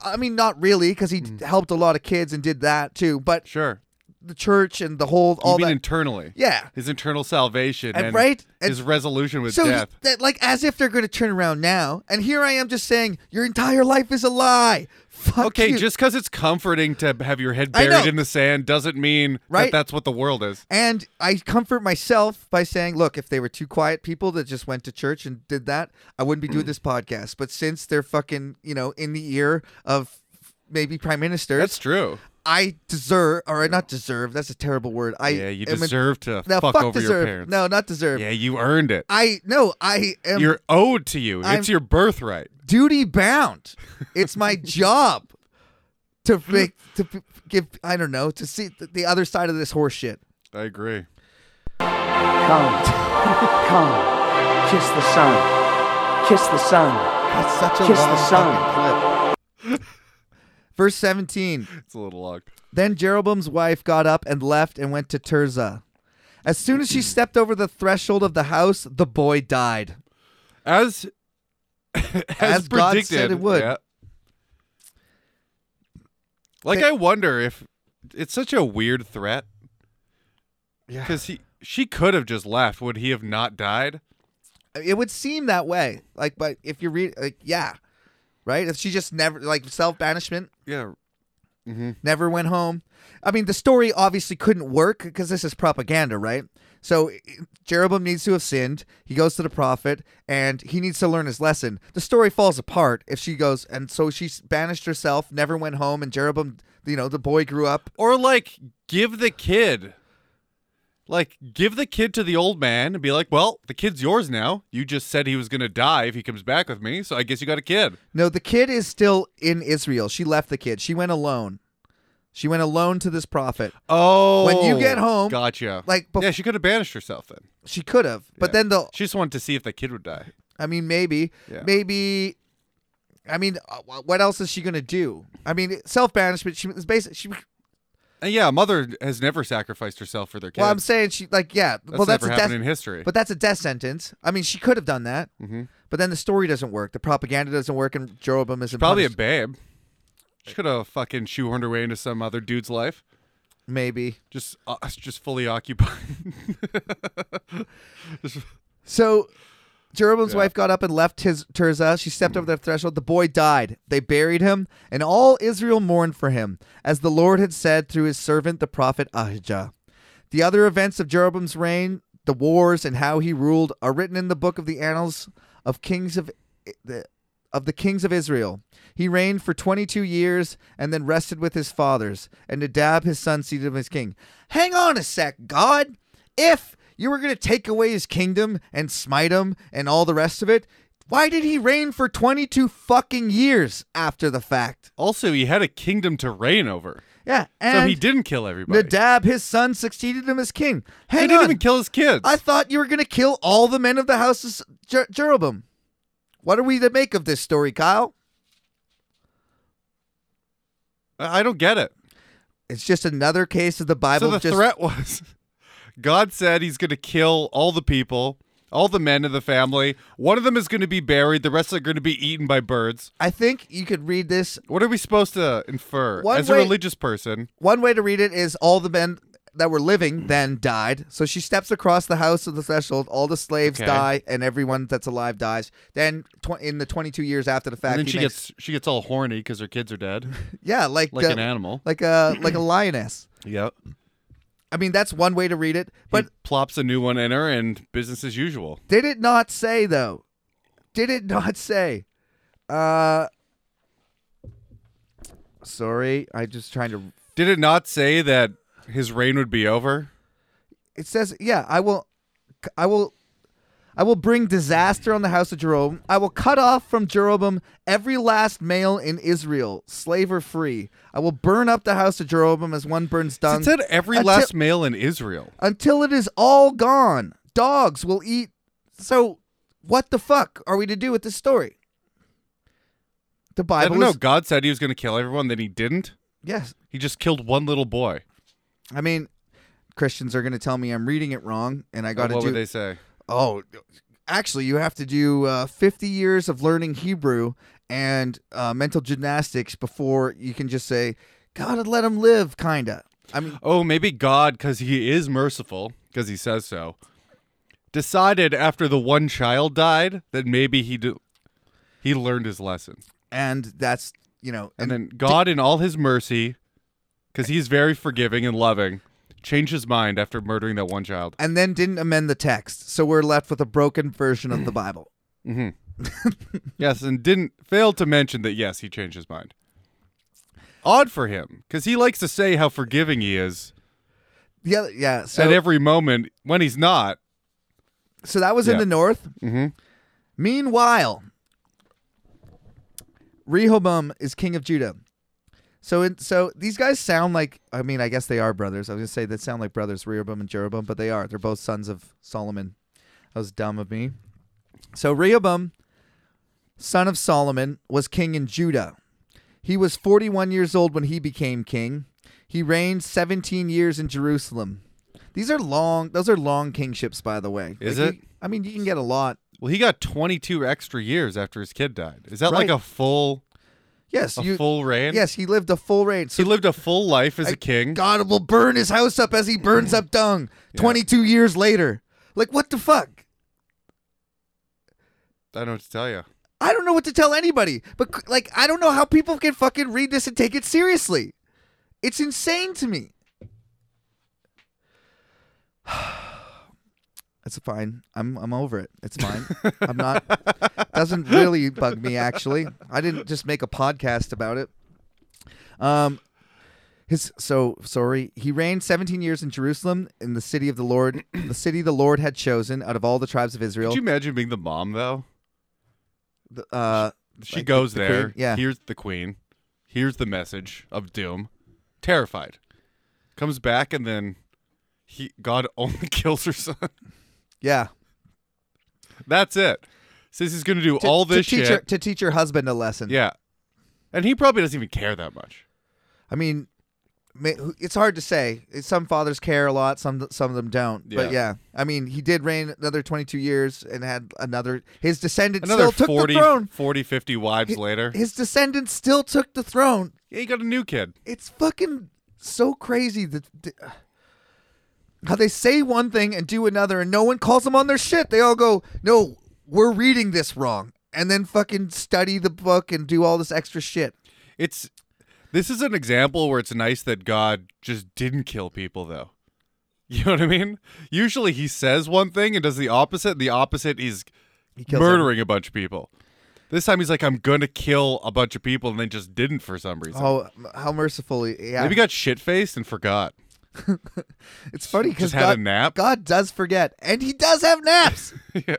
[SPEAKER 1] I mean, not really, because he d- helped a lot of kids and did that too. But
[SPEAKER 2] Mm. Sure.
[SPEAKER 1] the church and the whole all
[SPEAKER 2] you mean
[SPEAKER 1] that.
[SPEAKER 2] internally?
[SPEAKER 1] yeah.
[SPEAKER 2] His internal salvation
[SPEAKER 1] And
[SPEAKER 2] and,
[SPEAKER 1] right- and-
[SPEAKER 2] his resolution with
[SPEAKER 1] So he-
[SPEAKER 2] death.
[SPEAKER 1] that like as if they're going to turn around now, and here I am just saying your entire life is a lie. Fuck
[SPEAKER 2] Okay,
[SPEAKER 1] you.
[SPEAKER 2] just because it's comforting to have your head
[SPEAKER 1] I know.
[SPEAKER 2] buried in the sand doesn't mean
[SPEAKER 1] Right?
[SPEAKER 2] that that's what the world is.
[SPEAKER 1] and I comfort myself by saying, look, if they were two quiet people that just went to church and did that, I wouldn't be
[SPEAKER 2] Mm.
[SPEAKER 1] doing this podcast. But since they're fucking, you know, in the ear of maybe prime ministers,
[SPEAKER 2] That's true.
[SPEAKER 1] I deserve or not deserve. That's a terrible word. I
[SPEAKER 2] yeah, you
[SPEAKER 1] am a-
[SPEAKER 2] deserve to
[SPEAKER 1] No,
[SPEAKER 2] fuck,
[SPEAKER 1] fuck
[SPEAKER 2] over
[SPEAKER 1] deserve.
[SPEAKER 2] your parents.
[SPEAKER 1] No, not deserve.
[SPEAKER 2] Yeah, you earned it.
[SPEAKER 1] I no, I am
[SPEAKER 2] You're owed to you.
[SPEAKER 1] I'm-
[SPEAKER 2] it's your birthright.
[SPEAKER 1] duty bound. It's my job to make to p- give I don't know to see th- the other side of this horse shit.
[SPEAKER 2] I agree.
[SPEAKER 3] Come, come, kiss the sun, kiss the sun.
[SPEAKER 1] That's such a
[SPEAKER 3] Kiss the
[SPEAKER 1] long
[SPEAKER 3] sun.
[SPEAKER 1] fucking clip. Verse seventeen.
[SPEAKER 2] It's a little long.
[SPEAKER 1] Then Jeroboam's wife got up and left and went to Tirzah. As soon as she stepped over the threshold of the house, the boy died.
[SPEAKER 2] As as,
[SPEAKER 1] As
[SPEAKER 2] predicted,
[SPEAKER 1] God said it would.
[SPEAKER 2] yeah. Like
[SPEAKER 1] They-
[SPEAKER 2] I wonder if it's such a weird threat.
[SPEAKER 1] Yeah.
[SPEAKER 2] Because he she could have just left. Would he have not died?
[SPEAKER 1] It would seem that way. Like, but if you read, like, yeah, right? If she just never, like, self banishment,
[SPEAKER 2] Yeah.
[SPEAKER 1] never went home. I mean, the story obviously couldn't work because this is propaganda, right? So i- Jeroboam needs to have sinned. He goes to the prophet and he needs to learn his lesson. The story falls apart if she goes, and so she s- banished herself, never went home, and Jeroboam, you know, the boy grew up.
[SPEAKER 2] Or like give the kid. Like give the kid to the old man and be like, "Well, the kid's yours now. You just said he was going to die if he comes back with me, so I guess you got a kid."
[SPEAKER 1] No, the kid is still in Israel. She left the kid. She went alone. She went alone to this prophet.
[SPEAKER 2] Oh.
[SPEAKER 1] get home,
[SPEAKER 2] Gotcha.
[SPEAKER 1] like, bef-
[SPEAKER 2] Yeah, she could have banished herself then.
[SPEAKER 1] She could have, but
[SPEAKER 2] Yeah.
[SPEAKER 1] then the
[SPEAKER 2] She just wanted to see if the kid would die.
[SPEAKER 1] I mean, maybe,
[SPEAKER 2] Yeah.
[SPEAKER 1] maybe. I mean, uh, wh- what else is she gonna do? I mean, self banishment. She is basically. She,
[SPEAKER 2] And yeah, a mother has never sacrificed herself for their kids.
[SPEAKER 1] well, I'm saying she like yeah.
[SPEAKER 2] that's
[SPEAKER 1] well, that's
[SPEAKER 2] never
[SPEAKER 1] a death.
[SPEAKER 2] happened in history.
[SPEAKER 1] But that's a death sentence. I mean, she could have done that. Mm-hmm. But then the story doesn't work. The propaganda doesn't work, and Jeroboam isn't
[SPEAKER 2] Probably a
[SPEAKER 1] punished.
[SPEAKER 2] babe. She could have fucking shoehorned her way into some other dude's life.
[SPEAKER 1] maybe.
[SPEAKER 2] Just, uh, just fully occupied.
[SPEAKER 1] So, Jeroboam's
[SPEAKER 2] Yeah.
[SPEAKER 1] wife got up and left his Tirzah. She stepped over the threshold. The boy died. They buried him, and all Israel mourned for him, as the Lord had said through his servant the prophet Ahijah. The other events of Jeroboam's reign, the wars and how he ruled, are written in the book of the annals of kings of the of the kings of Israel. He reigned for 22 years and then rested with his fathers, and Nadab his son seated him as king. Hang on a sec, God. If you were going to take away his kingdom and smite him and all the rest of it, why did he reign for 22 fucking years after the fact?
[SPEAKER 2] Also, he had a kingdom to reign over,
[SPEAKER 1] Yeah, and
[SPEAKER 2] so he didn't kill everybody.
[SPEAKER 1] Nadab his son succeeded him as king.
[SPEAKER 2] he
[SPEAKER 1] Hang
[SPEAKER 2] didn't
[SPEAKER 1] on.
[SPEAKER 2] even kill his kids.
[SPEAKER 1] I thought you were going to kill all the men of the house of Jer- Jeroboam. What are we to make of this story, Kyle?
[SPEAKER 2] I I don't get it.
[SPEAKER 1] It's just another case of the Bible
[SPEAKER 2] So the
[SPEAKER 1] just
[SPEAKER 2] threat was God said he's going to kill all the people, all the men of the family. One of them is going to be buried, the rest are going to be eaten by birds.
[SPEAKER 1] I think you could read this.
[SPEAKER 2] What are we supposed to infer
[SPEAKER 1] One
[SPEAKER 2] as
[SPEAKER 1] way-
[SPEAKER 2] a religious person?
[SPEAKER 1] One way to read it is all the men that were
[SPEAKER 2] Mm.
[SPEAKER 1] living then died. So she steps across the house of the threshold. All the slaves
[SPEAKER 2] Okay.
[SPEAKER 1] die, and everyone that's alive dies. Then tw- in the 22 years after the fact,
[SPEAKER 2] And then
[SPEAKER 1] he
[SPEAKER 2] she
[SPEAKER 1] makes-
[SPEAKER 2] gets she gets all horny because her kids are dead,
[SPEAKER 1] yeah, like
[SPEAKER 2] like
[SPEAKER 1] the-
[SPEAKER 2] an animal.
[SPEAKER 1] like a like a lioness.
[SPEAKER 2] Yep.
[SPEAKER 1] I mean, that's one way to read it. But
[SPEAKER 2] But plops a new one in her, and business as usual.
[SPEAKER 1] Did it not say though? Did it not say? Uh Sorry, I'm just trying to
[SPEAKER 2] Did it not say that his reign would be over?
[SPEAKER 1] It says, "Yeah, I will I will I will bring disaster on the house of Jeroboam. I will cut off from Jeroboam every last male in Israel, slave or free. I will burn up the house of Jeroboam as one burns dung
[SPEAKER 2] It said every
[SPEAKER 1] until-
[SPEAKER 2] last male in Israel.
[SPEAKER 1] until it is all gone. Dogs will eat. So, what the fuck are we to do with this story? The
[SPEAKER 2] I
[SPEAKER 1] Bible
[SPEAKER 2] don't know.
[SPEAKER 1] is
[SPEAKER 2] God said he was going to kill everyone, then he didn't.
[SPEAKER 1] yes.
[SPEAKER 2] He just killed one little boy.
[SPEAKER 1] I mean, Christians are going to tell me I'm reading it wrong, and I got to
[SPEAKER 2] what
[SPEAKER 1] do.
[SPEAKER 2] would they say?
[SPEAKER 1] Oh, actually, you have to do uh, 50 years of learning Hebrew and uh, mental gymnastics before you can just say, "God, let him live." Kinda. I mean,
[SPEAKER 2] Oh, maybe God, because he is merciful, because he says so, decided after the one child died that maybe he do- he learned his lesson.
[SPEAKER 1] and that's you know,
[SPEAKER 2] And then God, in all his mercy, because he's very forgiving and loving, changed his mind after murdering that one child.
[SPEAKER 1] and then didn't amend the text, so we're left with a broken version of the Bible.
[SPEAKER 2] Yes, and didn't fail to mention that, yes, he changed his mind. Odd for him, because he likes to say how forgiving he is
[SPEAKER 1] The other, yeah. So
[SPEAKER 2] at every moment when he's not.
[SPEAKER 1] so that was in
[SPEAKER 2] Yeah.
[SPEAKER 1] the north.
[SPEAKER 2] Mhm.
[SPEAKER 1] Meanwhile, Rehoboam is king of Judah. So in, so these guys sound like I mean I guess they are brothers. I was gonna say they sound like brothers Rehoboam and Jeroboam, but they are. They're both sons of Solomon. That was dumb of me. So Rehoboam, son of Solomon, was king in Judah. He was 41 years old when he became king. He reigned 17 years in Jerusalem. These are long. Those are long kingships, by the way.
[SPEAKER 2] Is
[SPEAKER 1] Like,
[SPEAKER 2] it?
[SPEAKER 1] you- I mean, you can get a lot.
[SPEAKER 2] Well, he got 22 extra years after his kid died. Is that like
[SPEAKER 1] Right.
[SPEAKER 2] a full
[SPEAKER 1] Yes,
[SPEAKER 2] a
[SPEAKER 1] you.
[SPEAKER 2] full reign?
[SPEAKER 1] yes, he lived a full reign. So
[SPEAKER 2] He lived a full life as
[SPEAKER 1] I-
[SPEAKER 2] a king.
[SPEAKER 1] God will burn his house up as he burns up dung. 22 years later. Like, what the fuck?
[SPEAKER 2] I don't know what to tell you.
[SPEAKER 1] I don't know what to tell anybody. But, like, I don't know how people can fucking read this and take it seriously. It's insane to me. It's fine. I'm I'm over it. It's fine. I'm not. Doesn't really bug me actually. I didn't just make a podcast about it. Um, his so sorry. He reigned 17 years in Jerusalem in the city of the Lord, the city the Lord had chosen out of all the tribes of Israel.
[SPEAKER 2] Could you imagine being the mom though?
[SPEAKER 1] The- uh,
[SPEAKER 2] She
[SPEAKER 1] Like the-
[SPEAKER 2] goes
[SPEAKER 1] the
[SPEAKER 2] there.
[SPEAKER 1] queen? Yeah.
[SPEAKER 2] Here's the queen. Here's the message of doom. Terrified. Comes back and then he God only kills her son.
[SPEAKER 1] yeah.
[SPEAKER 2] That's it. Says he's gonna do
[SPEAKER 1] To-
[SPEAKER 2] all this
[SPEAKER 1] to teach
[SPEAKER 2] shit.
[SPEAKER 1] her, to teach her husband a lesson.
[SPEAKER 2] Yeah. And he probably doesn't even care that much.
[SPEAKER 1] I mean, ma- who- it's hard to say. Some fathers care a lot. Some some of them don't. But yeah,
[SPEAKER 2] Yeah.
[SPEAKER 1] I mean, he did reign another 22 years and had another. His descendants
[SPEAKER 2] Another
[SPEAKER 1] still took the
[SPEAKER 2] 40,
[SPEAKER 1] throne.
[SPEAKER 2] 40, 50 wives
[SPEAKER 1] Hi-
[SPEAKER 2] later.
[SPEAKER 1] His descendants still took the throne.
[SPEAKER 2] yeah, he got a new kid.
[SPEAKER 1] It's fucking so crazy that. uh, that- how they say one thing and do another, and no one calls them on their shit. They all go, "No, we're reading this wrong, and then fucking study the book and do all this extra shit.
[SPEAKER 2] It's this is an example where it's nice that God just didn't kill people though. You know what I mean? Usually he says one thing and does the opposite. and The opposite is
[SPEAKER 1] He kills everyone.
[SPEAKER 2] murdering a bunch of people. This time he's like, I'm gonna kill a bunch of people and then just didn't for some reason.
[SPEAKER 1] Oh, how mercifully! Yeah,
[SPEAKER 2] Maybe he got shit faced and forgot.
[SPEAKER 1] it's funny because
[SPEAKER 2] just had
[SPEAKER 1] God,
[SPEAKER 2] a nap.
[SPEAKER 1] God does forget, and He does have naps.
[SPEAKER 2] yeah.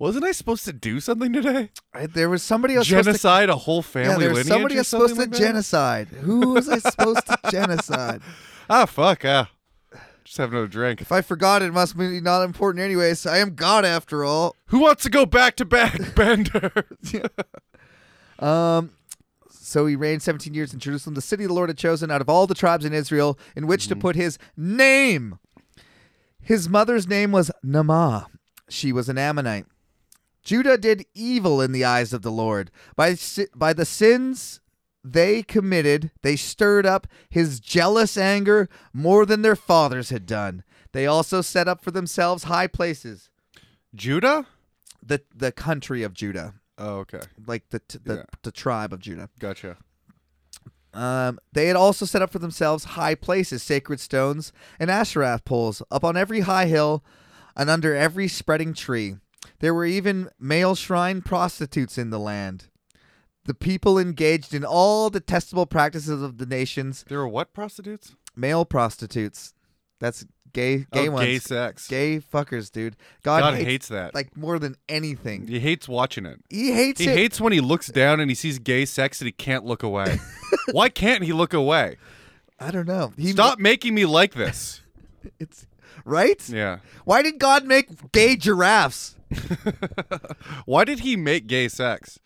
[SPEAKER 2] Wasn't I supposed to do something today?
[SPEAKER 1] I- there was somebody else supposed to-
[SPEAKER 2] genocide a whole
[SPEAKER 1] Yeah,
[SPEAKER 2] family
[SPEAKER 1] there was
[SPEAKER 2] lineage.
[SPEAKER 1] somebody
[SPEAKER 2] or
[SPEAKER 1] else supposed to
[SPEAKER 2] something like that?
[SPEAKER 1] genocide. Who was I supposed to genocide?
[SPEAKER 2] Ah, fuck. Ah, just have another drink.
[SPEAKER 1] If I forgot, it must be not important anyways. I am God after all.
[SPEAKER 2] Who wants to go back to back, Bender?
[SPEAKER 1] Um, so he reigned 17 years in Jerusalem, the city the Lord had chosen out of all the tribes in Israel, in which to put his name. His mother's name was Naamah. She was an Ammonite. Judah did evil in the eyes of the Lord. By, si- by the sins they committed, they stirred up his jealous anger more than their fathers had done. They also set up for themselves high places,
[SPEAKER 2] Judah?
[SPEAKER 1] the, the country of Judah,
[SPEAKER 2] Oh, okay.
[SPEAKER 1] like the, t- the,
[SPEAKER 2] Yeah.
[SPEAKER 1] the tribe of Judah.
[SPEAKER 2] Gotcha.
[SPEAKER 1] Um, they had also set up for themselves high places, sacred stones, and Asherah poles up on every high hill and under every spreading tree. There were even male shrine prostitutes in the land. The people engaged in all detestable practices of the nations,
[SPEAKER 2] There were what prostitutes?
[SPEAKER 1] male prostitutes. That's gay, gay
[SPEAKER 2] oh,
[SPEAKER 1] ones,
[SPEAKER 2] gay sex.
[SPEAKER 1] gay fuckers, dude. God,
[SPEAKER 2] God,
[SPEAKER 1] hates,
[SPEAKER 2] hates, that.
[SPEAKER 1] like more than anything.
[SPEAKER 2] he hates watching it.
[SPEAKER 1] He hates
[SPEAKER 2] He
[SPEAKER 1] it.
[SPEAKER 2] hates when he looks down and he sees gay sex and he can't look away. Why can't he look away?
[SPEAKER 1] I don't know. He
[SPEAKER 2] Stop making me like this.
[SPEAKER 1] It's right.
[SPEAKER 2] Yeah.
[SPEAKER 1] Why did God make gay giraffes?
[SPEAKER 2] Why did he make gay sex?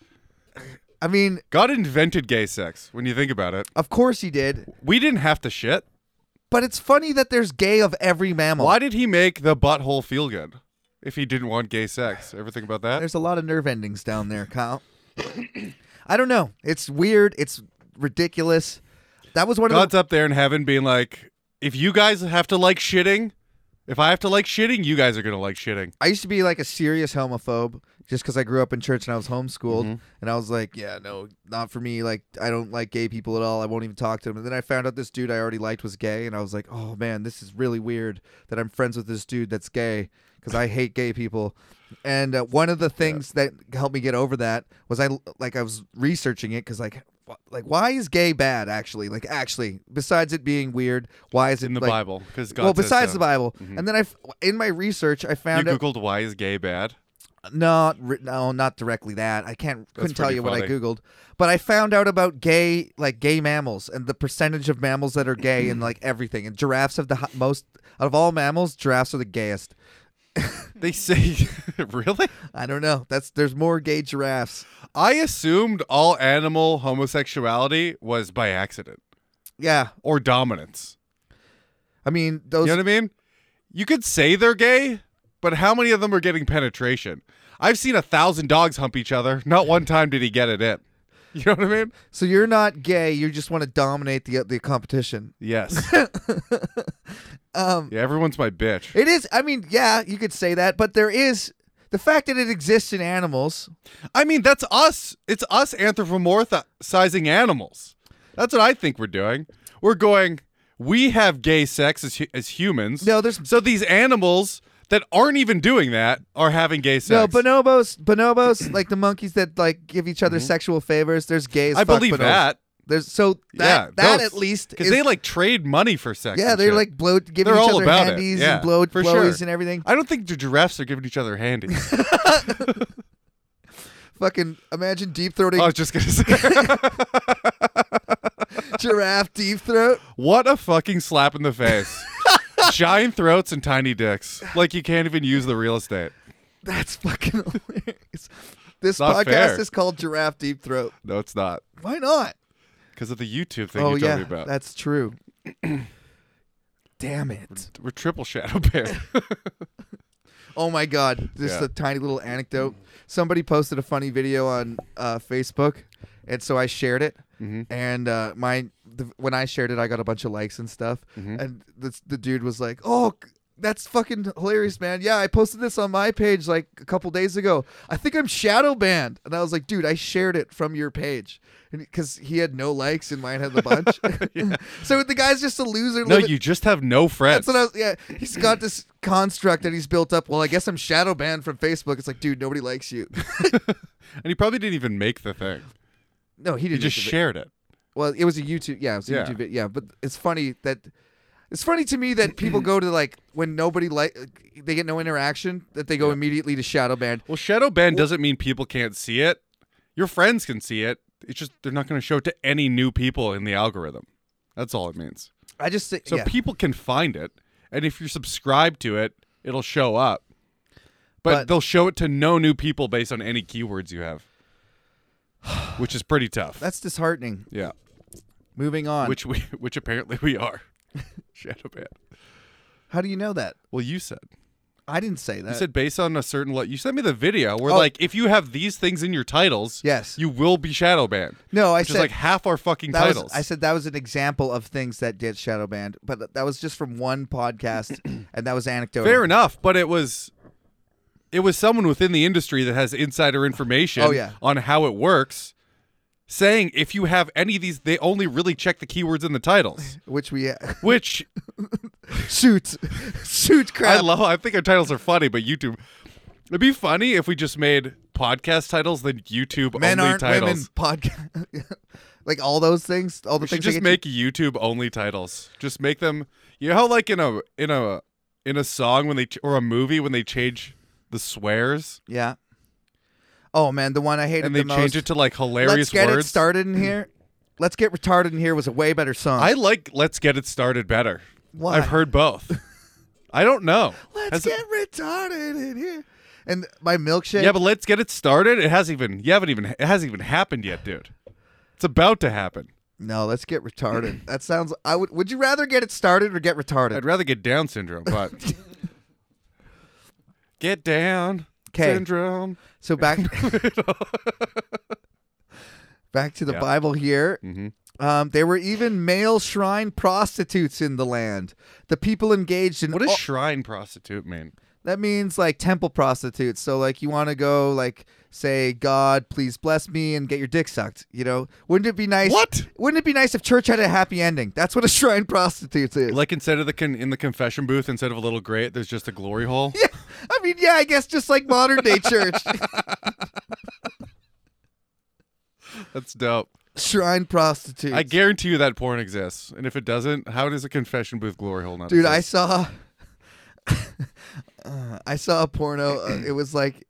[SPEAKER 1] I mean,
[SPEAKER 2] God invented gay sex when you think about it.
[SPEAKER 1] Of course he did.
[SPEAKER 2] We didn't have to shit.
[SPEAKER 1] But it's funny that there's gay of every mammal.
[SPEAKER 2] Why did he make the butthole feel good if he didn't want gay sex? Ever think about that?
[SPEAKER 1] There's a lot of nerve endings down there, Kyle. I don't know. It's weird. It's ridiculous. That was one of
[SPEAKER 2] God's
[SPEAKER 1] the,
[SPEAKER 2] up there in heaven being like, if you guys have to like shitting, if I have to like shitting, you guys are going to like shitting.
[SPEAKER 1] I used to be like a serious homophobe just because I grew up in church and I was homeschooled.
[SPEAKER 2] Mm-hmm.
[SPEAKER 1] And I was like, yeah, no, not for me. Like, I don't like gay people at all. I won't even talk to them. And then I found out this dude I already liked was gay. And I was like, oh, man, this is really weird that I'm friends with this dude that's gay because I hate gay people. And uh, one of the things that helped me get over that was I like I was researching it because like wh- like why is gay bad actually like actually besides it being weird why is it
[SPEAKER 2] In the
[SPEAKER 1] like-
[SPEAKER 2] Bible, 'cause God
[SPEAKER 1] well
[SPEAKER 2] says
[SPEAKER 1] besides
[SPEAKER 2] so. Mm-hmm.
[SPEAKER 1] the Bible and then I f- in my research I
[SPEAKER 2] You
[SPEAKER 1] found out
[SPEAKER 2] Googled why is gay bad?
[SPEAKER 1] no, ri- no, not directly that. I can't couldn't tell
[SPEAKER 2] pretty
[SPEAKER 1] you what I
[SPEAKER 2] funny.
[SPEAKER 1] googled, but I found out about gay like gay mammals and the percentage of mammals that are gay and like everything. And giraffes have the hi- most out of all mammals. Giraffes are the gayest.
[SPEAKER 2] They say, really?
[SPEAKER 1] I don't know. That's there's more gay giraffes.
[SPEAKER 2] I assumed all animal homosexuality was by accident
[SPEAKER 1] Yeah,
[SPEAKER 2] or dominance.
[SPEAKER 1] I mean those.
[SPEAKER 2] You know what I mean? You could say they're gay, but how many of them are getting penetration? I've seen a thousand dogs hump each other. Not one time did he get it in. You know what I mean?
[SPEAKER 1] so you're not gay. You just want to dominate the the competition.
[SPEAKER 2] Yes.
[SPEAKER 1] Um,
[SPEAKER 2] Yeah, everyone's my bitch.
[SPEAKER 1] it is. I mean, yeah, you could say that, but there is the fact that it exists in animals.
[SPEAKER 2] I mean, that's us. It's us anthropomorphizing animals. That's what I think we're doing. We're going, we have gay sex as, hu- as humans.
[SPEAKER 1] No, there's-
[SPEAKER 2] So these animals that aren't even doing that are having gay sex.
[SPEAKER 1] No, bonobos, bonobos, like the monkeys that like give each other sexual favors. There's gays.
[SPEAKER 2] Mm-hmm. I believe that.
[SPEAKER 1] There's so that
[SPEAKER 2] yeah,
[SPEAKER 1] that
[SPEAKER 2] those-
[SPEAKER 1] at least
[SPEAKER 2] because
[SPEAKER 1] is,
[SPEAKER 2] they like trade money for sex.
[SPEAKER 1] yeah
[SPEAKER 2] and
[SPEAKER 1] they're
[SPEAKER 2] shit.
[SPEAKER 1] like blow giving
[SPEAKER 2] They're
[SPEAKER 1] each
[SPEAKER 2] all
[SPEAKER 1] other
[SPEAKER 2] about it.
[SPEAKER 1] handies
[SPEAKER 2] Yeah,
[SPEAKER 1] and blow blowies
[SPEAKER 2] for sure.
[SPEAKER 1] and everything.
[SPEAKER 2] I don't think the giraffes are giving each other handies.
[SPEAKER 1] Fucking imagine deep
[SPEAKER 2] I
[SPEAKER 1] throating
[SPEAKER 2] was just gonna say, Oh.
[SPEAKER 1] giraffe deep throat.
[SPEAKER 2] what a fucking slap in the face! Giant throats and tiny dicks. Like you can't even use the real estate.
[SPEAKER 1] That's fucking hilarious. This
[SPEAKER 2] Not
[SPEAKER 1] podcast
[SPEAKER 2] fair.
[SPEAKER 1] is called Giraffe Deep Throat.
[SPEAKER 2] No, it's not
[SPEAKER 1] Why not?
[SPEAKER 2] because of the YouTube thing
[SPEAKER 1] oh
[SPEAKER 2] you told
[SPEAKER 1] yeah,
[SPEAKER 2] me about.
[SPEAKER 1] that's true. Damn it.
[SPEAKER 2] We're triple shadow banned.
[SPEAKER 1] Oh my God! Just
[SPEAKER 2] Yeah.
[SPEAKER 1] a tiny little anecdote. Somebody posted a funny video on uh, Facebook, and so I shared it.
[SPEAKER 2] Mm-hmm.
[SPEAKER 1] And uh,
[SPEAKER 2] Mm-hmm.
[SPEAKER 1] my the, when I shared it, I got a bunch of likes and stuff. And the, the dude was like, "Oh, c- that's fucking hilarious, man. Yeah, I posted this on my page like a couple days ago. I think I'm shadow banned, and I was like, dude, I shared it from your page, because he had no likes and mine had the bunch. so the guy's just a loser.
[SPEAKER 2] No,
[SPEAKER 1] living-
[SPEAKER 2] you just have no
[SPEAKER 1] That's
[SPEAKER 2] friends.
[SPEAKER 1] what I was. Yeah, he's got this construct that he's built up. Well, I guess I'm shadow banned from Facebook. It's like, dude, nobody likes you.
[SPEAKER 2] and he probably didn't even make the thing.
[SPEAKER 1] No, he
[SPEAKER 2] He
[SPEAKER 1] didn't.
[SPEAKER 2] just
[SPEAKER 1] make the vi-
[SPEAKER 2] shared it.
[SPEAKER 1] Well, it was a YouTube. Yeah, it was a
[SPEAKER 2] Yeah.
[SPEAKER 1] YouTube. vid- Yeah, but it's funny that it's funny to me that people go to like when nobody like they get no interaction that they go immediately to shadow ban.
[SPEAKER 2] Well, shadow ban doesn't mean people can't see it. Your friends can see it. It's just they're not going to show it to any new people in the algorithm. That's all it means.
[SPEAKER 1] I just think
[SPEAKER 2] So
[SPEAKER 1] yeah.
[SPEAKER 2] people can find it, and if you're subscribed to it, it'll show up. But,
[SPEAKER 1] But-
[SPEAKER 2] they'll show it to no new people based on any keywords you have, which is pretty tough.
[SPEAKER 1] that's disheartening.
[SPEAKER 2] yeah,
[SPEAKER 1] Moving on.
[SPEAKER 2] which we which apparently we are. shadow ban.
[SPEAKER 1] How do you know that?
[SPEAKER 2] Well, you said
[SPEAKER 1] I didn't say that.
[SPEAKER 2] you said based on a certain lo- you sent me the video where
[SPEAKER 1] Uh, Oh.
[SPEAKER 2] like if you have these things in your titles,
[SPEAKER 1] Yes.
[SPEAKER 2] you will be shadow banned.
[SPEAKER 1] no, I
[SPEAKER 2] which
[SPEAKER 1] said
[SPEAKER 2] is like half our fucking
[SPEAKER 1] that
[SPEAKER 2] titles.
[SPEAKER 1] was, I said that was an example of things that get shadow banned, but that was just from one podcast, and that was anecdotal.
[SPEAKER 2] Fair enough, but it was it was someone within the industry that has insider information
[SPEAKER 1] Oh, yeah.
[SPEAKER 2] on how it works saying if you have any of these they only really check the keywords in the titles.
[SPEAKER 1] Which we
[SPEAKER 2] Which
[SPEAKER 1] shoot, shoot crap.
[SPEAKER 2] I love I think our titles are funny, but YouTube it'd be funny if we just made podcast titles then YouTube
[SPEAKER 1] Men
[SPEAKER 2] only
[SPEAKER 1] aren't
[SPEAKER 2] titles.
[SPEAKER 1] women podcast, like all those things, all the
[SPEAKER 2] We should
[SPEAKER 1] things.
[SPEAKER 2] just
[SPEAKER 1] that get you-
[SPEAKER 2] make YouTube only titles. Just make them. You know how like in a in a in a song when they ch- or a movie when they change the swears
[SPEAKER 1] Yeah. Oh man, the one I hated
[SPEAKER 2] and they
[SPEAKER 1] the most.
[SPEAKER 2] change it to like hilarious
[SPEAKER 1] Let's get
[SPEAKER 2] words.
[SPEAKER 1] it started in here. Let's get retarded in here was a way better song.
[SPEAKER 2] I like let's get it started better.
[SPEAKER 1] Why?
[SPEAKER 2] I've heard both. I don't know.
[SPEAKER 1] Let's
[SPEAKER 2] Has it-
[SPEAKER 1] get retarded in here. And my milkshake.
[SPEAKER 2] yeah, but let's get it started. It hasn't even you haven't even it hasn't even happened yet, dude. It's about to happen.
[SPEAKER 1] no, let's get retarded. that sounds. I would. Would you rather get it started or get retarded?
[SPEAKER 2] I'd rather get Down syndrome, but get down
[SPEAKER 1] 'Kay.
[SPEAKER 2] syndrome.
[SPEAKER 1] So back back to the
[SPEAKER 2] Yeah.
[SPEAKER 1] Bible here.
[SPEAKER 2] Mhm.
[SPEAKER 1] Um, there were even male shrine prostitutes in the land. The people engaged in
[SPEAKER 2] What does
[SPEAKER 1] all-
[SPEAKER 2] shrine prostitute mean?
[SPEAKER 1] that means like temple prostitutes. So like you want to go like say God please bless me and get your dick sucked. You know wouldn't it be nice?
[SPEAKER 2] What?
[SPEAKER 1] wouldn't it be nice if church had a happy ending? That's what a shrine prostitute is.
[SPEAKER 2] Like instead of the con- in the confession booth, instead of a little grate, there's just a glory hole.
[SPEAKER 1] yeah, I mean yeah, I guess just like modern day church.
[SPEAKER 2] That's dope.
[SPEAKER 1] shrine prostitutes.
[SPEAKER 2] I guarantee you that porn exists. And if it doesn't, how does a confession booth glory hole not?
[SPEAKER 1] dude i
[SPEAKER 2] exist?
[SPEAKER 1] saw uh, i saw a porno uh, it was like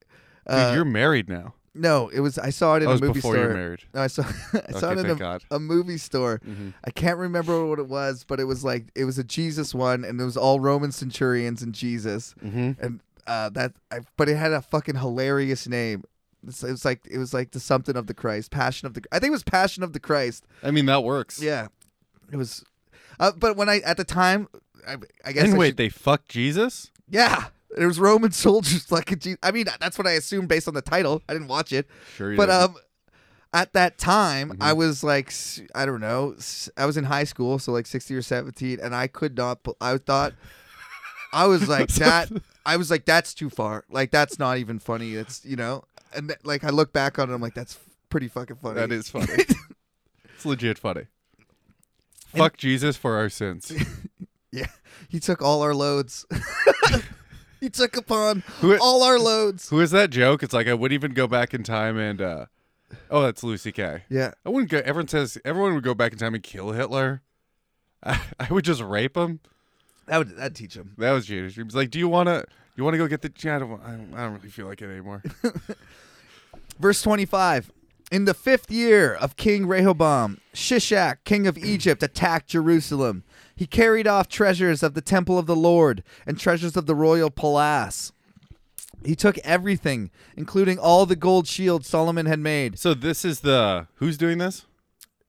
[SPEAKER 1] uh,
[SPEAKER 2] Dude, you're married now.
[SPEAKER 1] no it was i saw it in
[SPEAKER 2] That was
[SPEAKER 1] a movie
[SPEAKER 2] before
[SPEAKER 1] store
[SPEAKER 2] you're married.
[SPEAKER 1] no i saw i saw
[SPEAKER 2] Okay,
[SPEAKER 1] it in a,
[SPEAKER 2] thank God. Mm-hmm.
[SPEAKER 1] a movie store i can't remember what it was but it was like it was a jesus one and it was all roman centurions and jesus
[SPEAKER 2] Mm-hmm.
[SPEAKER 1] and uh that I, but it had a fucking hilarious name It's- it was like it was like the something of the christ passion of the i think it was passion of the christ
[SPEAKER 2] I mean, that works.
[SPEAKER 1] yeah it was uh, but when i at the time i, I guess
[SPEAKER 2] And
[SPEAKER 1] I
[SPEAKER 2] wait,
[SPEAKER 1] should-
[SPEAKER 2] they fuck Jesus?
[SPEAKER 1] Yeah, there was Roman soldiers like a Je- I mean, that's what I assumed based on the title. I didn't watch it,
[SPEAKER 2] Sure. You Mm-hmm.
[SPEAKER 1] but
[SPEAKER 2] did.
[SPEAKER 1] um, at that time I was like, s- I don't know, s- I was in high school, so like sixteen or seventeen, and I could not. bel- I thought, I was like that. I was like, that's too far. Like that's not even funny. It's you know, and th- like I look back on it, I'm like, that's pretty fucking funny.
[SPEAKER 2] that is funny. it's legit funny. Fuck Jesus for our sins.
[SPEAKER 1] Yeah, he took all our loads. he took upon
[SPEAKER 2] Who-
[SPEAKER 1] all our loads.
[SPEAKER 2] Who is that joke? It's like I wouldn't even go back in time and. uh Oh, that's Lucy K.
[SPEAKER 1] Yeah.
[SPEAKER 2] I wouldn't go. Everyone says everyone would go back in time and kill Hitler. I, I would just rape him.
[SPEAKER 1] That would that teach him.
[SPEAKER 2] That was Jesus. He was like, "Do you want to? You want to go get the? Yeah, I don't. wa- I don't, I don't really feel like it anymore."
[SPEAKER 1] Verse 25. In the fifth year of King Rehoboam, Shishak, king of Egypt, attacked Jerusalem. He carried off treasures of the temple of the Lord and treasures of the royal palace. He took everything, including all the gold shields Solomon had made.
[SPEAKER 2] so this is the who's doing this?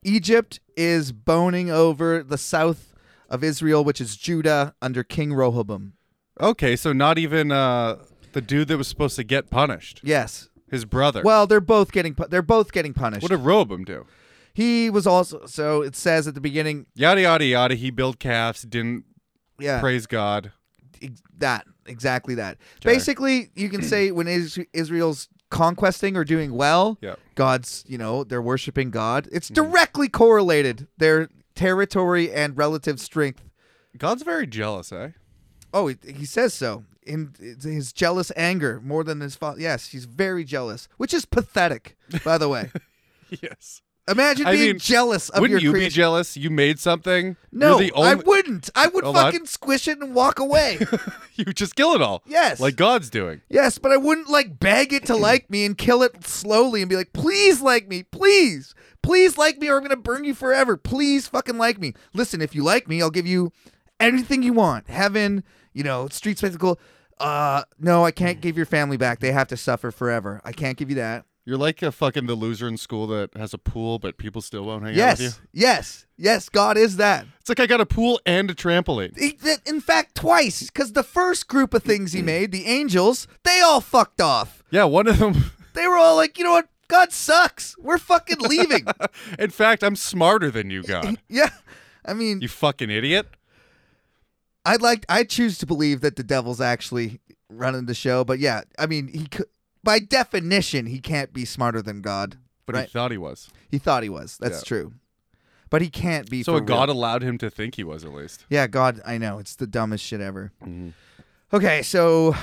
[SPEAKER 1] Egypt is boning over the south of Israel, which is Judah, under King Rehoboam.
[SPEAKER 2] Okay, so not even uh the dude that was supposed to get punished,
[SPEAKER 1] Yes.
[SPEAKER 2] his brother.
[SPEAKER 1] Well, they're both getting pu- they're both getting punished.
[SPEAKER 2] what did Rehoboam do?
[SPEAKER 1] he was also so it says at the beginning.
[SPEAKER 2] Yada yada yada. He built calves. Didn't
[SPEAKER 1] Yeah.
[SPEAKER 2] praise God.
[SPEAKER 1] ex- that exactly that.
[SPEAKER 2] Sure.
[SPEAKER 1] Basically, you can say when is- Israel's conquesting or doing well,
[SPEAKER 2] Yeah. Mm-hmm.
[SPEAKER 1] God's you know they're worshiping God. It's directly correlated their territory and relative strength.
[SPEAKER 2] God's very jealous, eh?
[SPEAKER 1] Oh, he, he says so in it's his jealous anger more than his father. Yes, he's very jealous, which is pathetic, by the way.
[SPEAKER 2] Yes.
[SPEAKER 1] Imagine
[SPEAKER 2] I
[SPEAKER 1] being
[SPEAKER 2] mean,
[SPEAKER 1] jealous of your
[SPEAKER 2] Wouldn't you
[SPEAKER 1] creation.
[SPEAKER 2] be jealous? You made something.
[SPEAKER 1] No,
[SPEAKER 2] You're the
[SPEAKER 1] I
[SPEAKER 2] only-
[SPEAKER 1] wouldn't. I would
[SPEAKER 2] Hold on.
[SPEAKER 1] fucking squish it and walk away.
[SPEAKER 2] you just kill it all.
[SPEAKER 1] Yes.
[SPEAKER 2] Like God's doing.
[SPEAKER 1] yes, but I wouldn't like beg it to like me and kill it slowly and be like, please like me, please, please like me, or I'm gonna burn you forever. Please fucking like me. Listen, if you like me, I'll give you anything you want. Heaven, you know, street spectacle. Uh, no, I can't give your family back. They have to suffer forever. I can't give you that.
[SPEAKER 2] You're like a fucking the loser in school that has a pool, but people still won't hang
[SPEAKER 1] yes,
[SPEAKER 2] out with you.
[SPEAKER 1] yes, yes. God is that.
[SPEAKER 2] It's like I got a pool and a trampoline.
[SPEAKER 1] He- th- In fact, twice, because the first group of things he made, the angels, they all fucked off.
[SPEAKER 2] Yeah, one of them.
[SPEAKER 1] They were all like, you know what? God sucks. We're fucking leaving.
[SPEAKER 2] in fact, I'm smarter than you, God.
[SPEAKER 1] yeah. I mean,
[SPEAKER 2] You fucking idiot.
[SPEAKER 1] I'd like, I choose to believe that the devil's actually running the show, but yeah, I mean, he could, by definition, he can't be smarter than God.
[SPEAKER 2] But
[SPEAKER 1] Right.
[SPEAKER 2] he thought he was.
[SPEAKER 1] He thought he was. That's
[SPEAKER 2] Yeah.
[SPEAKER 1] true. But he can't be.
[SPEAKER 2] So
[SPEAKER 1] for
[SPEAKER 2] a God
[SPEAKER 1] real.
[SPEAKER 2] allowed him to think he was at least.
[SPEAKER 1] Yeah, God, I know. It's the dumbest shit ever.
[SPEAKER 2] Mm-hmm.
[SPEAKER 1] Okay, so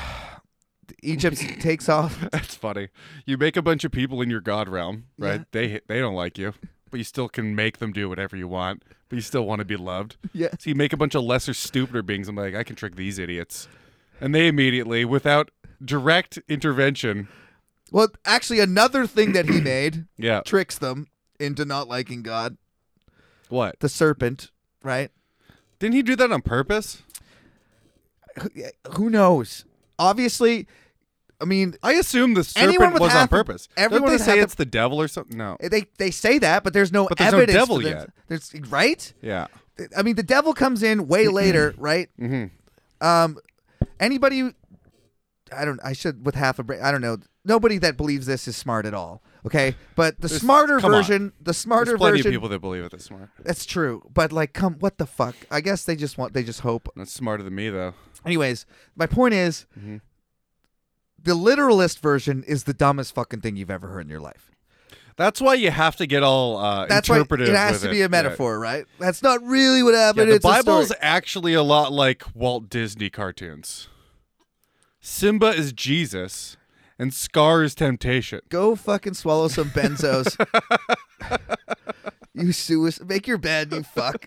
[SPEAKER 1] Egypt takes off.
[SPEAKER 2] That's funny. You make a bunch of people in your God realm, right? They they don't like you, but you still can make them do whatever you want. But you still want to be loved.
[SPEAKER 1] Yeah.
[SPEAKER 2] So you make a bunch of lesser, stupider beings. I'm like, I can trick these idiots, and they immediately, without direct intervention,
[SPEAKER 1] Well, actually, another thing that he made
[SPEAKER 2] yeah,
[SPEAKER 1] tricks them into not liking God.
[SPEAKER 2] what?
[SPEAKER 1] The serpent, right?
[SPEAKER 2] Didn't he do that on purpose?
[SPEAKER 1] Who knows? Obviously, I mean,
[SPEAKER 2] I assume the
[SPEAKER 1] Anyone
[SPEAKER 2] serpent
[SPEAKER 1] with
[SPEAKER 2] was on
[SPEAKER 1] half a-
[SPEAKER 2] purpose.
[SPEAKER 1] everything
[SPEAKER 2] Everyone they
[SPEAKER 1] with
[SPEAKER 2] say
[SPEAKER 1] half a-
[SPEAKER 2] it's the devil or something. No.
[SPEAKER 1] they they say that, but there's no
[SPEAKER 2] But there's no
[SPEAKER 1] evidence.
[SPEAKER 2] devil
[SPEAKER 1] for them.
[SPEAKER 2] yet.
[SPEAKER 1] There's right.
[SPEAKER 2] Yeah.
[SPEAKER 1] I mean, the devil comes in way later, right?
[SPEAKER 2] Mhm.
[SPEAKER 1] Um, anybody, who- I don't. I should with half a brain. I don't know. Nobody that believes this is smart at all. Okay, but the
[SPEAKER 2] There's-
[SPEAKER 1] smarter
[SPEAKER 2] come on.
[SPEAKER 1] version, the smarter
[SPEAKER 2] There's plenty
[SPEAKER 1] version.
[SPEAKER 2] of people that believe it. That's smart.
[SPEAKER 1] That's true, but like, come, what the fuck? I guess they just want, they just hope.
[SPEAKER 2] That's smarter than me though.
[SPEAKER 1] Anyways, my point is
[SPEAKER 2] Mhm.
[SPEAKER 1] the literalist version is the dumbest fucking thing you've ever heard in your life.
[SPEAKER 2] That's why you have to get all uh,
[SPEAKER 1] That's why it
[SPEAKER 2] interpretive.
[SPEAKER 1] has
[SPEAKER 2] with
[SPEAKER 1] to be a
[SPEAKER 2] Yeah.
[SPEAKER 1] metaphor, right? That's not really what happened.
[SPEAKER 2] yeah, the
[SPEAKER 1] it's a
[SPEAKER 2] Bible is
[SPEAKER 1] story.
[SPEAKER 2] actually a lot like Walt Disney cartoons. Simba is Jesus, and Scar is temptation.
[SPEAKER 1] Go fucking swallow some benzos. you suicide. Make your bed, you fuck.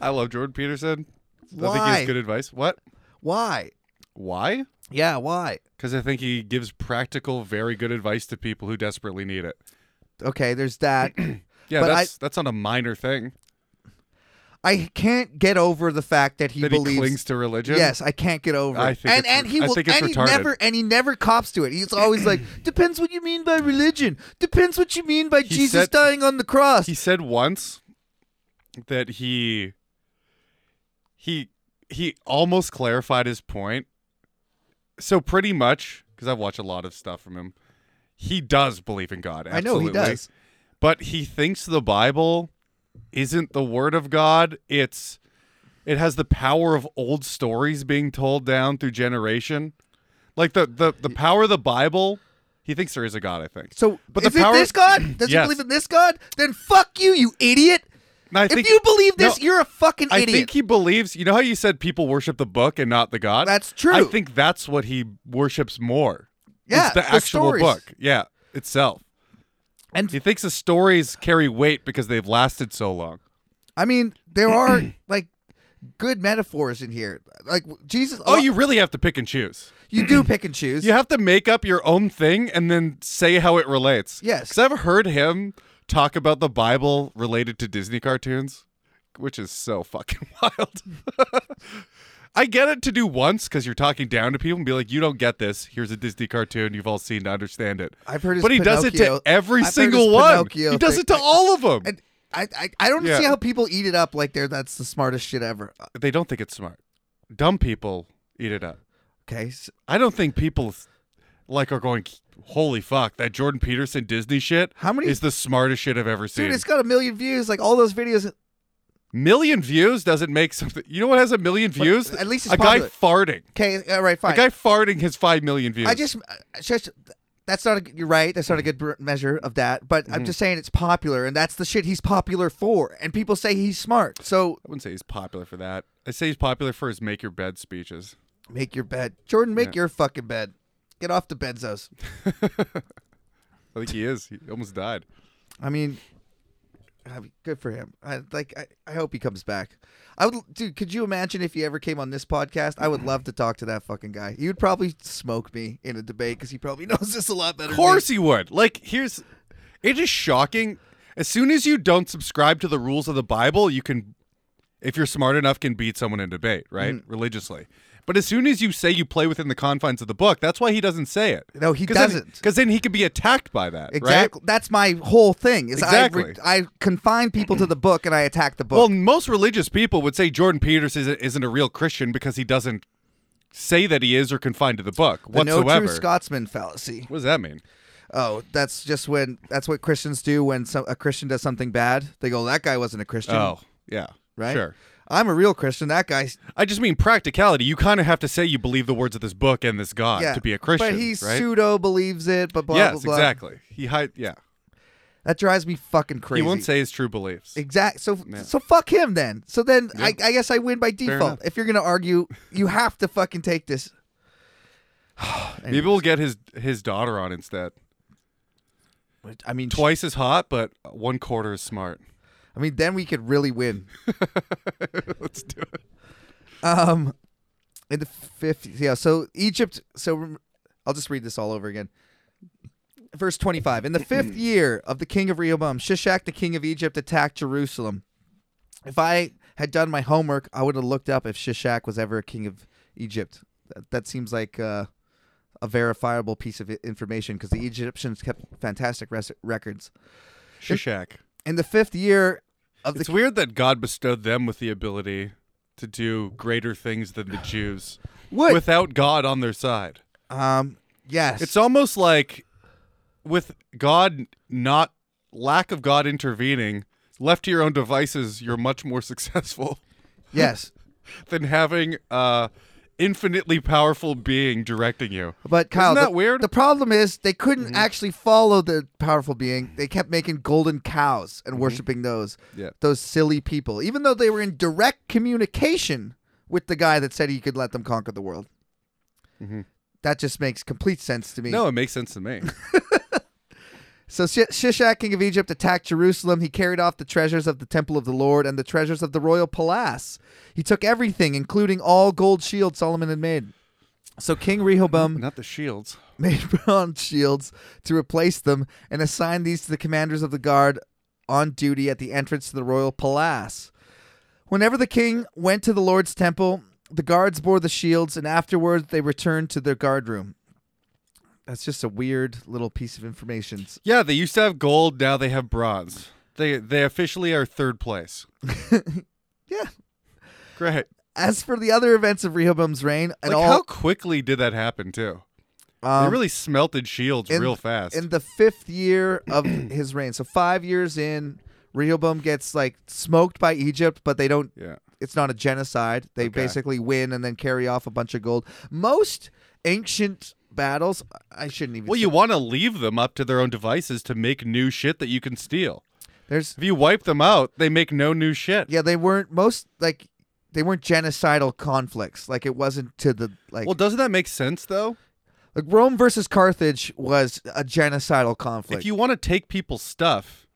[SPEAKER 2] I love Jordan Peterson. I think he
[SPEAKER 1] Why?
[SPEAKER 2] has good advice. What?
[SPEAKER 1] Why?
[SPEAKER 2] Why?
[SPEAKER 1] Yeah, why?
[SPEAKER 2] Because I think he gives practical, very good advice to people who desperately need it.
[SPEAKER 1] Okay, there's that.
[SPEAKER 2] Yeah,
[SPEAKER 1] But I-
[SPEAKER 2] that's that's not a minor thing
[SPEAKER 1] I can't get over the fact that he
[SPEAKER 2] that
[SPEAKER 1] believes
[SPEAKER 2] he clings to religion.
[SPEAKER 1] Yes, I can't get over
[SPEAKER 2] I
[SPEAKER 1] it.
[SPEAKER 2] think
[SPEAKER 1] and
[SPEAKER 2] it's-
[SPEAKER 1] and he
[SPEAKER 2] I
[SPEAKER 1] will
[SPEAKER 2] think it's
[SPEAKER 1] and he
[SPEAKER 2] retarded.
[SPEAKER 1] never and he never cops to it. He's always like, depends what you mean by religion. Depends what you mean by Jesus
[SPEAKER 2] said-
[SPEAKER 1] dying on the cross.
[SPEAKER 2] he said once that he he he almost clarified his point so pretty much because i've watched a lot of stuff from him he does believe in god
[SPEAKER 1] I know he
[SPEAKER 2] absolutely.
[SPEAKER 1] does.
[SPEAKER 2] but he thinks the bible isn't the word of god it's it has the power of old stories being told down through generation like the the, the power of the bible he thinks there is a god i think
[SPEAKER 1] So
[SPEAKER 2] But the
[SPEAKER 1] is it
[SPEAKER 2] power-
[SPEAKER 1] this God? Does he
[SPEAKER 2] Yes.
[SPEAKER 1] believe in this God? Then fuck you, you idiot.
[SPEAKER 2] And I
[SPEAKER 1] if
[SPEAKER 2] think-
[SPEAKER 1] you believe this,
[SPEAKER 2] No.
[SPEAKER 1] you're a fucking
[SPEAKER 2] I
[SPEAKER 1] idiot.
[SPEAKER 2] think he believes. You know how you said people worship the book and not the God.
[SPEAKER 1] That's true.
[SPEAKER 2] I think that's what he worships more.
[SPEAKER 1] Yeah,
[SPEAKER 2] it's the,
[SPEAKER 1] the
[SPEAKER 2] actual
[SPEAKER 1] stories.
[SPEAKER 2] book. Yeah, itself.
[SPEAKER 1] And-
[SPEAKER 2] he thinks the stories carry weight because they've lasted so long.
[SPEAKER 1] I mean, there are like good metaphors in here. Like Jesus
[SPEAKER 2] Oh, you really have to pick and choose.
[SPEAKER 1] you do pick and choose.
[SPEAKER 2] You have to make up your own thing and then say how it relates.
[SPEAKER 1] Yes.
[SPEAKER 2] because I've heard him talk about the Bible related to Disney cartoons, which is so fucking wild. I get it to do once because you're talking down to people and be like, "You don't get this. Here's a Disney cartoon you've all seen to understand it."
[SPEAKER 1] I've heard his
[SPEAKER 2] but he does it to
[SPEAKER 1] Pinocchio-
[SPEAKER 2] every
[SPEAKER 1] I've heard
[SPEAKER 2] single
[SPEAKER 1] his
[SPEAKER 2] one.
[SPEAKER 1] Pinocchio
[SPEAKER 2] He does
[SPEAKER 1] thing.
[SPEAKER 2] it to all of them.
[SPEAKER 1] And I, I, I don't
[SPEAKER 2] Yeah.
[SPEAKER 1] see how people eat it up like they're that's the smartest shit ever.
[SPEAKER 2] they don't think it's smart. Dumb people eat it up.
[SPEAKER 1] Okay, so
[SPEAKER 2] I don't think people like are going. Holy fuck! That Jordan Peterson Disney shit.
[SPEAKER 1] How many-
[SPEAKER 2] is the smartest shit I've ever seen?
[SPEAKER 1] Dude, it's got a million views. Like all those videos.
[SPEAKER 2] Million views doesn't make something. You know what has a million views?
[SPEAKER 1] at least it's
[SPEAKER 2] a guy
[SPEAKER 1] popular.
[SPEAKER 2] farting.
[SPEAKER 1] Okay, all right, fine.
[SPEAKER 2] A guy farting has five million views.
[SPEAKER 1] I just, I just that's not a, you're right. That's not a good br- measure of that. But I'm just saying it's popular, and that's the shit he's popular for. And people say he's smart. So
[SPEAKER 2] I wouldn't say he's popular for that. I say he's popular for his make your bed speeches.
[SPEAKER 1] make your bed, Jordan. Make your fucking bed. Get off the benzos.
[SPEAKER 2] I think he is. He almost died.
[SPEAKER 1] I mean, I mean, good for him. I like. I, I hope he comes back. I would, dude. Could you imagine if he ever came on this podcast? I would love to talk to that fucking guy. He would probably smoke me in a debate because he probably knows this a lot better.
[SPEAKER 2] Of
[SPEAKER 1] than me.
[SPEAKER 2] course he would. Like here's it is shocking. As soon as you don't subscribe to the rules of the Bible, you can if you're smart enough can beat someone in debate, right?
[SPEAKER 1] Mm.
[SPEAKER 2] Religiously. But as soon as you say you play within the confines of the book, that's why he doesn't say it.
[SPEAKER 1] No, he doesn't.
[SPEAKER 2] Because then, he could be attacked by that. Right?
[SPEAKER 1] Exactly. That's my whole thing. Is
[SPEAKER 2] Exactly.
[SPEAKER 1] I, re- I confine people to the book and I attack the
[SPEAKER 2] Well,
[SPEAKER 1] book.
[SPEAKER 2] most religious people would say Jordan Peters isn't, isn't a real Christian because he doesn't say that he is or confined to the book
[SPEAKER 1] the no
[SPEAKER 2] whatsoever.
[SPEAKER 1] true Scotsman fallacy.
[SPEAKER 2] what does that mean?
[SPEAKER 1] Oh, that's just when that's what Christians do when some, a Christian does something bad. They go, "That guy wasn't a Christian."
[SPEAKER 2] Oh, yeah.
[SPEAKER 1] right.
[SPEAKER 2] Sure.
[SPEAKER 1] I'm a real Christian. That guy.
[SPEAKER 2] I just mean practicality. You kind of have to say you believe the words of this book and this God
[SPEAKER 1] Yeah,
[SPEAKER 2] Uh, to be a Christian.
[SPEAKER 1] But he
[SPEAKER 2] right?
[SPEAKER 1] pseudo believes it. But blah
[SPEAKER 2] yes,
[SPEAKER 1] blah blah.
[SPEAKER 2] exactly. He hide. Yeah,
[SPEAKER 1] That drives me fucking crazy.
[SPEAKER 2] he won't say his true beliefs.
[SPEAKER 1] Exact. So so fuck him then. So then I, I guess I win by
[SPEAKER 2] enough.
[SPEAKER 1] default. If you're gonna argue, you have to fucking take this.
[SPEAKER 2] Maybe we'll get his his daughter on instead.
[SPEAKER 1] I mean,
[SPEAKER 2] Twice as hot, but one quarter as smart.
[SPEAKER 1] I mean, then we could really win.
[SPEAKER 2] Let's do it.
[SPEAKER 1] Um, in the fifties, yeah. So Egypt. So rem- I'll just read this all over again. Verse twenty-five. In the fifth year of the king of Rehoboam, Shishak, the king of Egypt, attacked Jerusalem. If I had done my homework, I would have looked up if Shishak was ever a king of Egypt. That, that seems like uh, a verifiable piece of i- information because the Egyptians kept fantastic res- records.
[SPEAKER 2] Shishak.
[SPEAKER 1] In the fifth year of the
[SPEAKER 2] It's weird that God bestowed them with the ability to do greater things than the Jews
[SPEAKER 1] What?
[SPEAKER 2] without God on their side.
[SPEAKER 1] um yes,
[SPEAKER 2] It's almost like with God not lack of God intervening, left to your own devices, you're much more successful
[SPEAKER 1] yes.
[SPEAKER 2] than having uh infinitely powerful being directing you.
[SPEAKER 1] But Kyle,
[SPEAKER 2] Isn't that
[SPEAKER 1] the,
[SPEAKER 2] weird?
[SPEAKER 1] The problem is they couldn't actually follow the powerful being. They kept making golden cows and worshiping those.
[SPEAKER 2] Yeah.
[SPEAKER 1] Those silly people, even though they were in direct communication with the guy that said he could let them conquer the world. That just makes complete sense to me.
[SPEAKER 2] Mm-hmm. No, it makes sense to me.
[SPEAKER 1] So Sh- Shishak, king of Egypt, attacked Jerusalem. He carried off the treasures of the temple of the Lord and the treasures of the royal palace. He took everything, including all gold shields Solomon had made. So King Rehoboam
[SPEAKER 2] not the shields.
[SPEAKER 1] made bronze shields to replace them and assigned these to the commanders of the guard on duty at the entrance to the royal palace. Whenever the king went to the Lord's temple, the guards bore the shields, and afterward they returned to their guard room. That's just a weird little piece of information.
[SPEAKER 2] Yeah, they used to have gold, now they have bronze. They they officially are third place.
[SPEAKER 1] Yeah.
[SPEAKER 2] Great.
[SPEAKER 1] As for the other events of Rehoboam's reign, and
[SPEAKER 2] Like how
[SPEAKER 1] all
[SPEAKER 2] quickly did that happen too?
[SPEAKER 1] um,
[SPEAKER 2] they really smelted shields
[SPEAKER 1] in-
[SPEAKER 2] real fast.
[SPEAKER 1] in the fifth year of his reign, so five years in, Rehoboam gets like smoked by Egypt, but they don't
[SPEAKER 2] yeah.
[SPEAKER 1] it's not a genocide. They basically win and then carry off a bunch of gold. Most ancient battles, I shouldn't even.
[SPEAKER 2] Well,
[SPEAKER 1] say-
[SPEAKER 2] you want to leave them up to their own devices to make new shit that you can steal.
[SPEAKER 1] there's
[SPEAKER 2] If you wipe them out, they make no new shit.
[SPEAKER 1] yeah, they weren't most like they weren't genocidal conflicts. Like it wasn't to the like
[SPEAKER 2] Well, doesn't that make sense though?
[SPEAKER 1] like Rome versus Carthage was a genocidal conflict.
[SPEAKER 2] if you want to take people's stuff,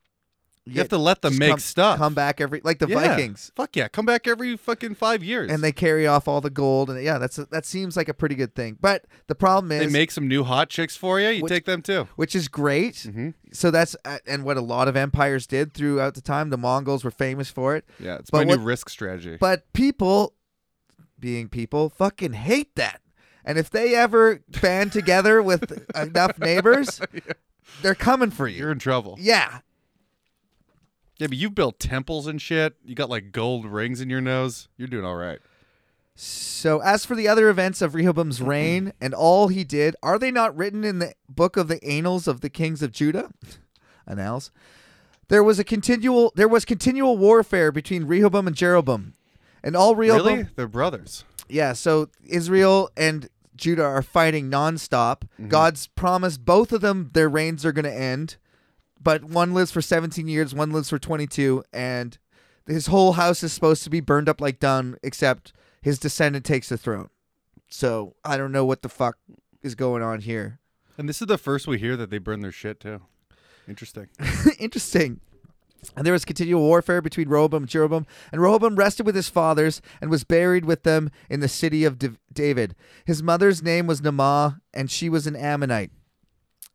[SPEAKER 2] you
[SPEAKER 1] Yeah,
[SPEAKER 2] have to let them
[SPEAKER 1] just
[SPEAKER 2] make
[SPEAKER 1] come,
[SPEAKER 2] stuff.
[SPEAKER 1] come back every like the
[SPEAKER 2] Yeah.
[SPEAKER 1] Vikings.
[SPEAKER 2] Fuck yeah, come back every fucking five years.
[SPEAKER 1] And they carry off all the gold, and yeah, that's a, that seems like a pretty good thing. But the problem
[SPEAKER 2] they
[SPEAKER 1] is,
[SPEAKER 2] make some new hot chicks for you. You
[SPEAKER 1] Which-
[SPEAKER 2] take them too.
[SPEAKER 1] which is great.
[SPEAKER 2] Mm-hmm.
[SPEAKER 1] So that's uh, and what a lot of empires did throughout the time. The Mongols were famous for it.
[SPEAKER 2] Yeah, it's
[SPEAKER 1] But
[SPEAKER 2] my new
[SPEAKER 1] what-
[SPEAKER 2] risk strategy.
[SPEAKER 1] But people, being people, fucking hate that. And if they ever band together with enough neighbors, they're coming for you.
[SPEAKER 2] You're in trouble.
[SPEAKER 1] yeah.
[SPEAKER 2] Yeah, but you've built temples and shit. You got like gold rings in your nose. You're doing all right.
[SPEAKER 1] So as for the other events of Rehoboam's reign and all he did, are they not written in the book of the annals of the kings of Judah? Annals. There was a continual there was continual warfare between Rehoboam and Jeroboam. And all Rehoboam
[SPEAKER 2] Really? They're brothers.
[SPEAKER 1] Yeah, so Israel and Judah are fighting nonstop. God's promised both of them their reigns are going to end, but one lives for 17 years, one lives for 22, and his whole house is supposed to be burned up like dung, except his descendant takes the throne. So I don't know what the fuck is going on here.
[SPEAKER 2] And this is the first we hear that they burn their shit too. Interesting.
[SPEAKER 1] Interesting. And there was continual warfare between Rehoboam and Jeroboam, and Rehoboam rested with his fathers and was buried with them in the city of Dav- David. His mother's name was Naamah, and she was an Ammonite.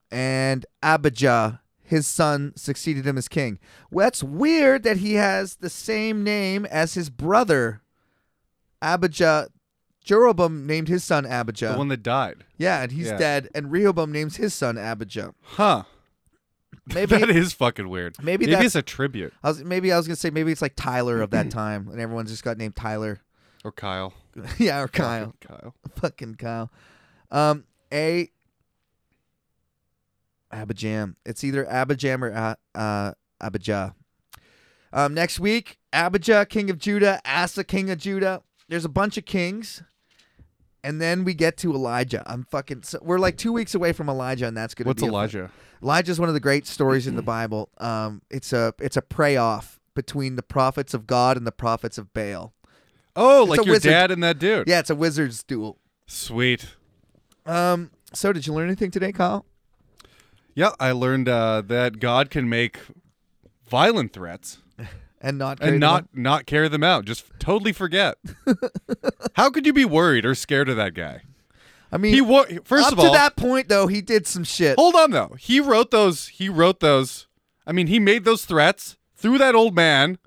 [SPEAKER 1] And Abijah, his son, succeeded him as king. Well, that's weird that he has the same name as his brother, Abijah. Jeroboam named his son Abijah.
[SPEAKER 2] The one that died.
[SPEAKER 1] yeah, and he's
[SPEAKER 2] Yeah.
[SPEAKER 1] dead. And Rehoboam names his son Abijah.
[SPEAKER 2] Huh.
[SPEAKER 1] Maybe
[SPEAKER 2] that is fucking weird.
[SPEAKER 1] maybe
[SPEAKER 2] maybe
[SPEAKER 1] that's-
[SPEAKER 2] it's a tribute
[SPEAKER 1] I was maybe I was gonna say maybe it's like Tyler of that time, and everyone's just got named Tyler.
[SPEAKER 2] or Kyle.
[SPEAKER 1] yeah, or Kyle,
[SPEAKER 2] Fucking Kyle.
[SPEAKER 1] fucking Kyle. Um, a Abijam. It's either Abijam or uh, uh, Abijah. Um, next week, Abijah, king of Judah, Asa, king of Judah. There's a bunch of kings, and then we get to Elijah. I'm fucking. So we're like two weeks away from Elijah, and that's gonna.
[SPEAKER 2] What's
[SPEAKER 1] be a-
[SPEAKER 2] Elijah?
[SPEAKER 1] Elijah's one of the great stories in the Bible. Um, it's a it's a pray off between the prophets of God and the prophets of Baal.
[SPEAKER 2] Oh,
[SPEAKER 1] It's
[SPEAKER 2] like
[SPEAKER 1] a
[SPEAKER 2] your
[SPEAKER 1] wizard.
[SPEAKER 2] dad and that dude.
[SPEAKER 1] Yeah, it's a wizard's duel.
[SPEAKER 2] Sweet.
[SPEAKER 1] Um, so did you learn anything today, Kyle?
[SPEAKER 2] Yeah, I learned uh, that God can make violent threats
[SPEAKER 1] And not
[SPEAKER 2] and
[SPEAKER 1] carry them
[SPEAKER 2] not
[SPEAKER 1] on?
[SPEAKER 2] not carry them out. Just totally forget. How could you be worried or scared of that guy?
[SPEAKER 1] I mean,
[SPEAKER 2] He wa- first
[SPEAKER 1] up
[SPEAKER 2] of all,
[SPEAKER 1] to that point though, he did some shit.
[SPEAKER 2] hold on though. He wrote those. He wrote those. I mean, he made those threats through that old man.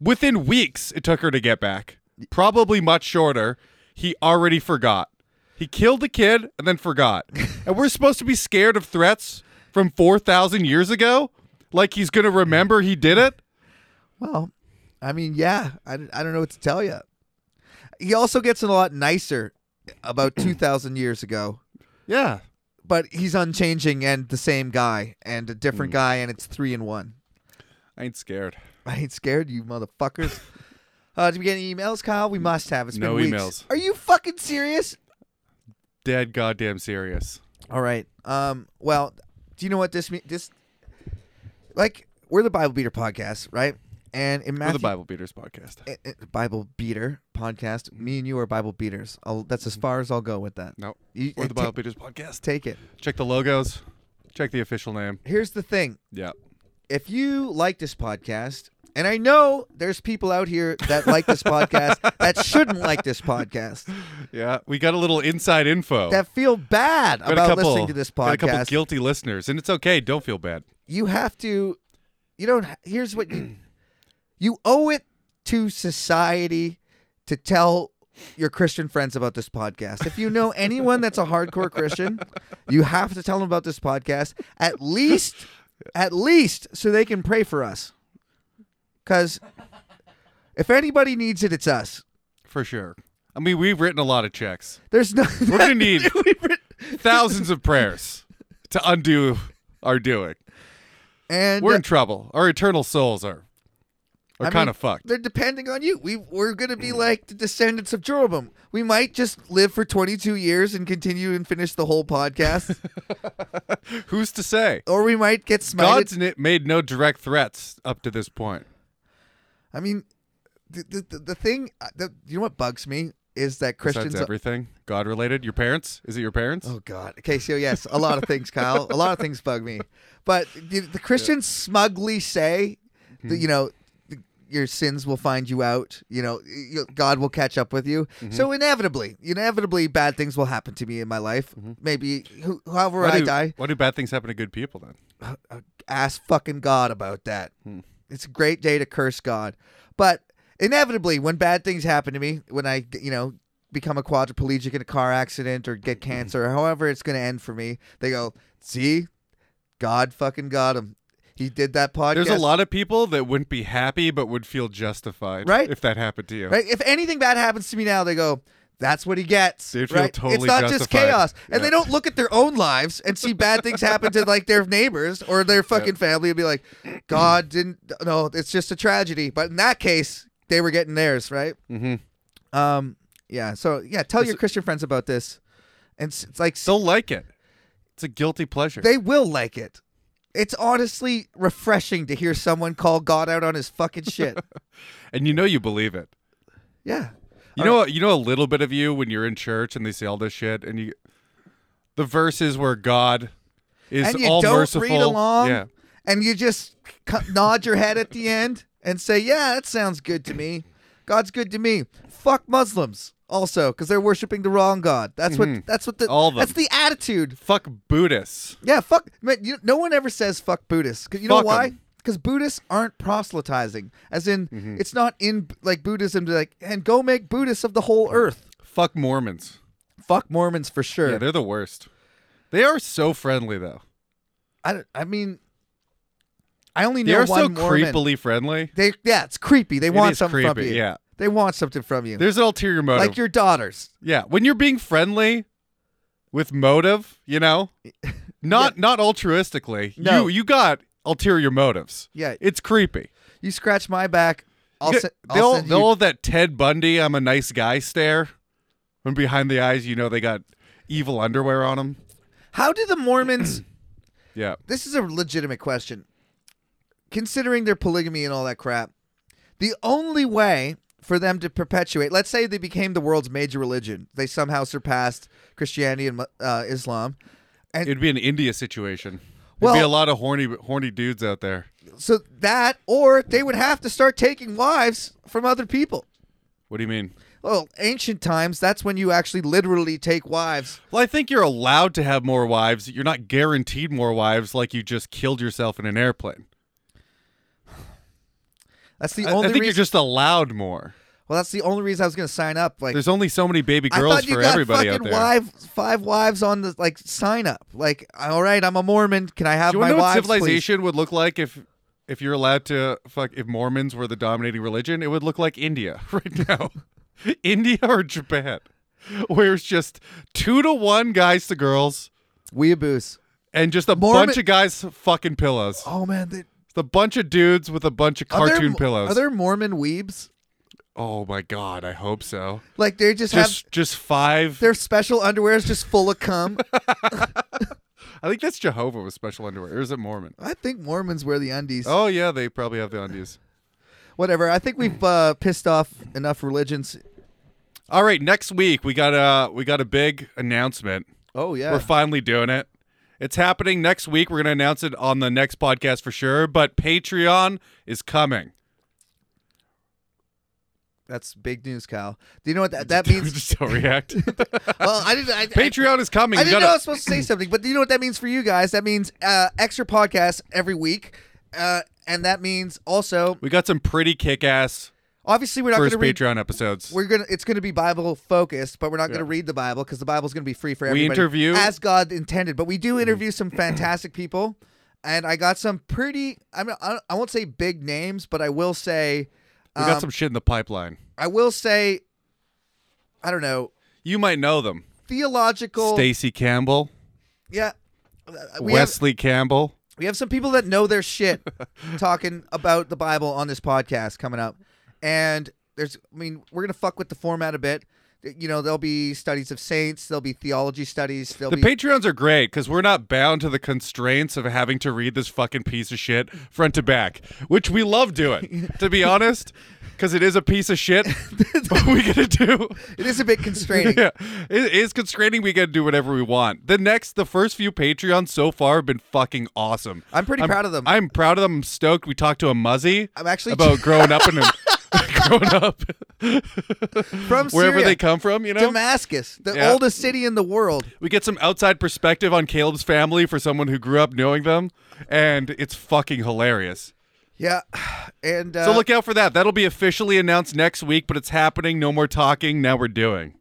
[SPEAKER 2] Within weeks, it took her to get back. Probably much shorter. He already forgot. He killed the kid and then forgot. and we're supposed to be scared of threats from four thousand years ago. Like he's gonna remember he did it.
[SPEAKER 1] Well, I mean, yeah, I, I don't know what to tell you. He also gets a lot nicer about two thousand years ago,
[SPEAKER 2] Yeah.
[SPEAKER 1] but he's unchanging and the same guy and a different
[SPEAKER 2] Hmm.
[SPEAKER 1] guy, and it's three and one.
[SPEAKER 2] I ain't scared.
[SPEAKER 1] I ain't scared, you motherfuckers. uh, did we get any emails, Kyle? We must have. It's
[SPEAKER 2] No
[SPEAKER 1] been weeks.
[SPEAKER 2] emails.
[SPEAKER 1] Are you fucking serious?
[SPEAKER 2] Dead goddamn serious.
[SPEAKER 1] All right. Um. Well, do you know what this means? This, like, we're the Bible Beater podcast, right? And in
[SPEAKER 2] For
[SPEAKER 1] Matthew,
[SPEAKER 2] the Bible Beaters podcast.
[SPEAKER 1] eh, eh, Bible Beater podcast, me and you are Bible Beaters. I'll, that's as far as I'll go with that.
[SPEAKER 2] No.
[SPEAKER 1] You-
[SPEAKER 2] Or
[SPEAKER 1] eh,
[SPEAKER 2] the
[SPEAKER 1] ta-
[SPEAKER 2] Bible Beaters podcast.
[SPEAKER 1] Take it.
[SPEAKER 2] Check the logos. Check the official name.
[SPEAKER 1] Here's the thing.
[SPEAKER 2] Yeah.
[SPEAKER 1] if you like this podcast, and I know there's people out here that like this podcast that shouldn't like this podcast,
[SPEAKER 2] Yeah. We got a little inside info.
[SPEAKER 1] that feel bad
[SPEAKER 2] Got a
[SPEAKER 1] about
[SPEAKER 2] couple-
[SPEAKER 1] listening to this
[SPEAKER 2] Got a couple
[SPEAKER 1] podcast.
[SPEAKER 2] guilty listeners, and it's okay. Don't feel bad.
[SPEAKER 1] you have to, you don't, ha- here's what you, you owe it to society to tell your Christian friends about this podcast. If you know anyone that's a hardcore Christian, you have to tell them about this podcast at least, at least so they can pray for us. Because if anybody needs it, it's us.
[SPEAKER 2] For sure. I mean, we've written a lot of checks.
[SPEAKER 1] There's no.
[SPEAKER 2] We're going to need
[SPEAKER 1] We've written-
[SPEAKER 2] thousands of prayers to undo our doing.
[SPEAKER 1] and
[SPEAKER 2] We're
[SPEAKER 1] uh,
[SPEAKER 2] in trouble. Our eternal souls are are
[SPEAKER 1] I
[SPEAKER 2] kind
[SPEAKER 1] mean,
[SPEAKER 2] of fucked. Mm.
[SPEAKER 1] They're depending on you. We we're gonna be like the descendants of Jeroboam. We might just live for 22 years and continue and finish the whole podcast,
[SPEAKER 2] Who's to say?
[SPEAKER 1] or we might get smited.
[SPEAKER 2] God's ni- made no direct threats up to this point.
[SPEAKER 1] I mean, the the, the, the thing. uh, The, you know what bugs me is that Christians.
[SPEAKER 2] Besides everything God related, your parents? Is it your parents?
[SPEAKER 1] Oh God. Okay, so yes, a lot of things, Kyle. A lot of things bug me, but the, the Christians smugly say, that, you know, th- your sins will find you out. You know, you- God will catch up with you. So inevitably, inevitably, bad things will happen to me in my life. Maybe who, however
[SPEAKER 2] why
[SPEAKER 1] I
[SPEAKER 2] do,
[SPEAKER 1] die,
[SPEAKER 2] Why do bad things happen to good people then?
[SPEAKER 1] ask fucking God about that.
[SPEAKER 2] Hmm.
[SPEAKER 1] It's a great day to curse God, but inevitably, when bad things happen to me, when I you know become a quadriplegic in a car accident or get cancer or however it's going to end for me, they go, "See, God fucking got him. He did that podcast."
[SPEAKER 2] There's a lot of people that wouldn't be happy but would feel justified
[SPEAKER 1] Right?
[SPEAKER 2] if that happened to you.
[SPEAKER 1] right? If anything bad happens to me now, they go, That's what he gets.
[SPEAKER 2] Dude, feel
[SPEAKER 1] right? it's
[SPEAKER 2] totally
[SPEAKER 1] not just
[SPEAKER 2] justified.
[SPEAKER 1] chaos,
[SPEAKER 2] Yeah.
[SPEAKER 1] and they don't look at their own lives and see bad things happen to like their neighbors or their fucking family and be like, "God didn't." No, it's just a tragedy. But in that case, they were getting theirs right.
[SPEAKER 2] Mhm.
[SPEAKER 1] Um. Yeah. So yeah, tell your Christian friends about this, and s- it's like
[SPEAKER 2] They'll like it. It's a guilty pleasure.
[SPEAKER 1] they will like it. It's honestly refreshing to hear someone call God out on his fucking shit.
[SPEAKER 2] and you know you believe it.
[SPEAKER 1] yeah.
[SPEAKER 2] You know, you know a little bit of you when you're in church and they say all this shit, and you, the verses where God is
[SPEAKER 1] and you
[SPEAKER 2] all
[SPEAKER 1] don't
[SPEAKER 2] merciful.
[SPEAKER 1] read along,
[SPEAKER 2] Yeah,
[SPEAKER 1] and you just c- nod your head at the end and say, "Yeah, that sounds good to me. God's good to me." Fuck Muslims, also, because they're worshiping the wrong God. That's what. That's what the.
[SPEAKER 2] Mm-hmm. All of them.
[SPEAKER 1] that's the attitude.
[SPEAKER 2] fuck Buddhists.
[SPEAKER 1] Yeah, fuck. Man, you, no one ever says "fuck Buddhists" 'cause you
[SPEAKER 2] Fuck
[SPEAKER 1] know why?
[SPEAKER 2] 'em.
[SPEAKER 1] Because Buddhists aren't proselytizing, as in
[SPEAKER 2] Mm-hmm.
[SPEAKER 1] it's not in like Buddhism to like and go make Buddhists of the whole earth.
[SPEAKER 2] Fuck Mormons.
[SPEAKER 1] Fuck Mormons for sure.
[SPEAKER 2] Yeah, they're the worst. They are so friendly though.
[SPEAKER 1] I, don't- I mean, I only
[SPEAKER 2] They
[SPEAKER 1] know
[SPEAKER 2] are
[SPEAKER 1] one
[SPEAKER 2] so
[SPEAKER 1] Mormon.
[SPEAKER 2] creepily friendly.
[SPEAKER 1] They yeah, it's creepy. They want
[SPEAKER 2] is
[SPEAKER 1] something from
[SPEAKER 2] creepy,
[SPEAKER 1] you.
[SPEAKER 2] yeah.
[SPEAKER 1] They want something from you.
[SPEAKER 2] There's an ulterior motive.
[SPEAKER 1] like your daughters.
[SPEAKER 2] yeah, when you're being friendly with motive, you know, not not altruistically.
[SPEAKER 1] No.
[SPEAKER 2] You you got ulterior motives.
[SPEAKER 1] Yeah.
[SPEAKER 2] It's creepy.
[SPEAKER 1] You scratch my back, I'll,
[SPEAKER 2] Yeah,
[SPEAKER 1] se-
[SPEAKER 2] they'll
[SPEAKER 1] I'll send
[SPEAKER 2] they'll
[SPEAKER 1] you.
[SPEAKER 2] have that Ted Bundy I'm a nice guy stare. When behind the eyes, you know they got evil underwear on them.
[SPEAKER 1] How do the Mormons?
[SPEAKER 2] Yeah.
[SPEAKER 1] this is a legitimate question. Considering their polygamy and all that crap, the only way for them to perpetuate, let's say they became the world's major religion, they somehow surpassed Christianity and uh, Islam. And
[SPEAKER 2] It'd be an India situation. There'd be
[SPEAKER 1] Well-
[SPEAKER 2] a lot of horny horny dudes out there.
[SPEAKER 1] so that, or they would have to start taking wives from other people.
[SPEAKER 2] What do you mean?
[SPEAKER 1] Well, ancient times, that's when you actually literally take wives.
[SPEAKER 2] Well, I think you're allowed to have more wives. You're not guaranteed more wives like you just killed yourself in an airplane.
[SPEAKER 1] That's the
[SPEAKER 2] I, I
[SPEAKER 1] only
[SPEAKER 2] think
[SPEAKER 1] reason.
[SPEAKER 2] you're just allowed more.
[SPEAKER 1] well, that's the only reason I was going to sign up. Like,
[SPEAKER 2] There's only so many baby
[SPEAKER 1] I
[SPEAKER 2] girls
[SPEAKER 1] thought you
[SPEAKER 2] for
[SPEAKER 1] got
[SPEAKER 2] everybody out
[SPEAKER 1] fucking
[SPEAKER 2] there.
[SPEAKER 1] wives, five wives on the like sign up. Like, all right, I'm a Mormon. Can I have
[SPEAKER 2] Do you
[SPEAKER 1] my
[SPEAKER 2] want to know what
[SPEAKER 1] wives, please?
[SPEAKER 2] civilization would look like if if you're allowed to fuck if Mormons were the dominating religion? It would look like India right now. India or Japan. Where it's just two to one guys to girls
[SPEAKER 1] Weeaboos.
[SPEAKER 2] and just a
[SPEAKER 1] Mormon-
[SPEAKER 2] bunch of guys fucking pillows.
[SPEAKER 1] Oh man, they,
[SPEAKER 2] It's a bunch of dudes with a bunch of
[SPEAKER 1] are there
[SPEAKER 2] cartoon
[SPEAKER 1] mo-
[SPEAKER 2] pillows.
[SPEAKER 1] Are there Mormon weebs?
[SPEAKER 2] oh my god, I hope so.
[SPEAKER 1] Like they just,
[SPEAKER 2] Just
[SPEAKER 1] have
[SPEAKER 2] just five
[SPEAKER 1] their special underwear is just full of cum.
[SPEAKER 2] I think that's Jehovah with special underwear. Or is it Mormon?
[SPEAKER 1] I think Mormons wear the undies.
[SPEAKER 2] Oh yeah, they probably have the undies.
[SPEAKER 1] Whatever. I think we've uh, pissed off enough religions.
[SPEAKER 2] All right, next week we got a we got a big announcement.
[SPEAKER 1] Oh yeah.
[SPEAKER 2] We're finally doing it. It's happening next week. We're going to announce it on the next podcast for sure, but Patreon is coming.
[SPEAKER 1] That's big news, Kyle. Do you know what that, that means?
[SPEAKER 2] Just don't react.
[SPEAKER 1] well, I didn't. I, I-
[SPEAKER 2] Patreon is coming.
[SPEAKER 1] I
[SPEAKER 2] You
[SPEAKER 1] didn't know I
[SPEAKER 2] gotta-
[SPEAKER 1] was supposed to say something, but do you know what that means for you guys? That means uh, extra podcasts every week, uh, and that means also
[SPEAKER 2] we got some pretty kick-ass
[SPEAKER 1] obviously we're not going to
[SPEAKER 2] first
[SPEAKER 1] read.
[SPEAKER 2] Patreon episodes.
[SPEAKER 1] We're gonna it's gonna be Bible focused, but we're not gonna
[SPEAKER 2] Yeah.
[SPEAKER 1] read the Bible because the Bible's gonna be free for
[SPEAKER 2] We
[SPEAKER 1] everybody.
[SPEAKER 2] interview- Mm.
[SPEAKER 1] as God intended, but we do interview some fantastic people, and I got some pretty. I mean, I, I won't say big names, but I will say,
[SPEAKER 2] we
[SPEAKER 1] um,
[SPEAKER 2] got some shit in the pipeline.
[SPEAKER 1] I will say, I don't know
[SPEAKER 2] You might know them.
[SPEAKER 1] theological.
[SPEAKER 2] Stacy Campbell,
[SPEAKER 1] Yeah, Uh, we have-
[SPEAKER 2] Wesley Campbell.
[SPEAKER 1] We have some people that know their shit talking about the Bible on this podcast coming up. And there's, I mean, we're going to fuck with the format a bit. You know, there'll be studies of saints, there'll be theology studies, there'll
[SPEAKER 2] The
[SPEAKER 1] be.
[SPEAKER 2] Patreons are great because we're not bound to the constraints of having to read this fucking piece of shit front to back, which we love doing, to be honest, because it is a piece of shit. what are we going to do?
[SPEAKER 1] it is a bit constraining.
[SPEAKER 2] yeah, it is constraining. We got to do whatever we want. The next, the first few Patreons so far have been fucking awesome.
[SPEAKER 1] I'm pretty proud of them.
[SPEAKER 2] I'm proud of them. I'm stoked. We talked to a Muzzy.
[SPEAKER 1] I'm actually-
[SPEAKER 2] about growing up in them, growing up
[SPEAKER 1] From
[SPEAKER 2] wherever
[SPEAKER 1] Syria,
[SPEAKER 2] they come from. You know,
[SPEAKER 1] Damascus, the
[SPEAKER 2] Yeah.
[SPEAKER 1] oldest city in the world.
[SPEAKER 2] we get some outside perspective on Caleb's family for someone who grew up knowing them, and it's fucking hilarious.
[SPEAKER 1] Yeah. And uh,
[SPEAKER 2] So look out for that. That'll be officially announced next week, but it's happening. No more talking. Now we're doing.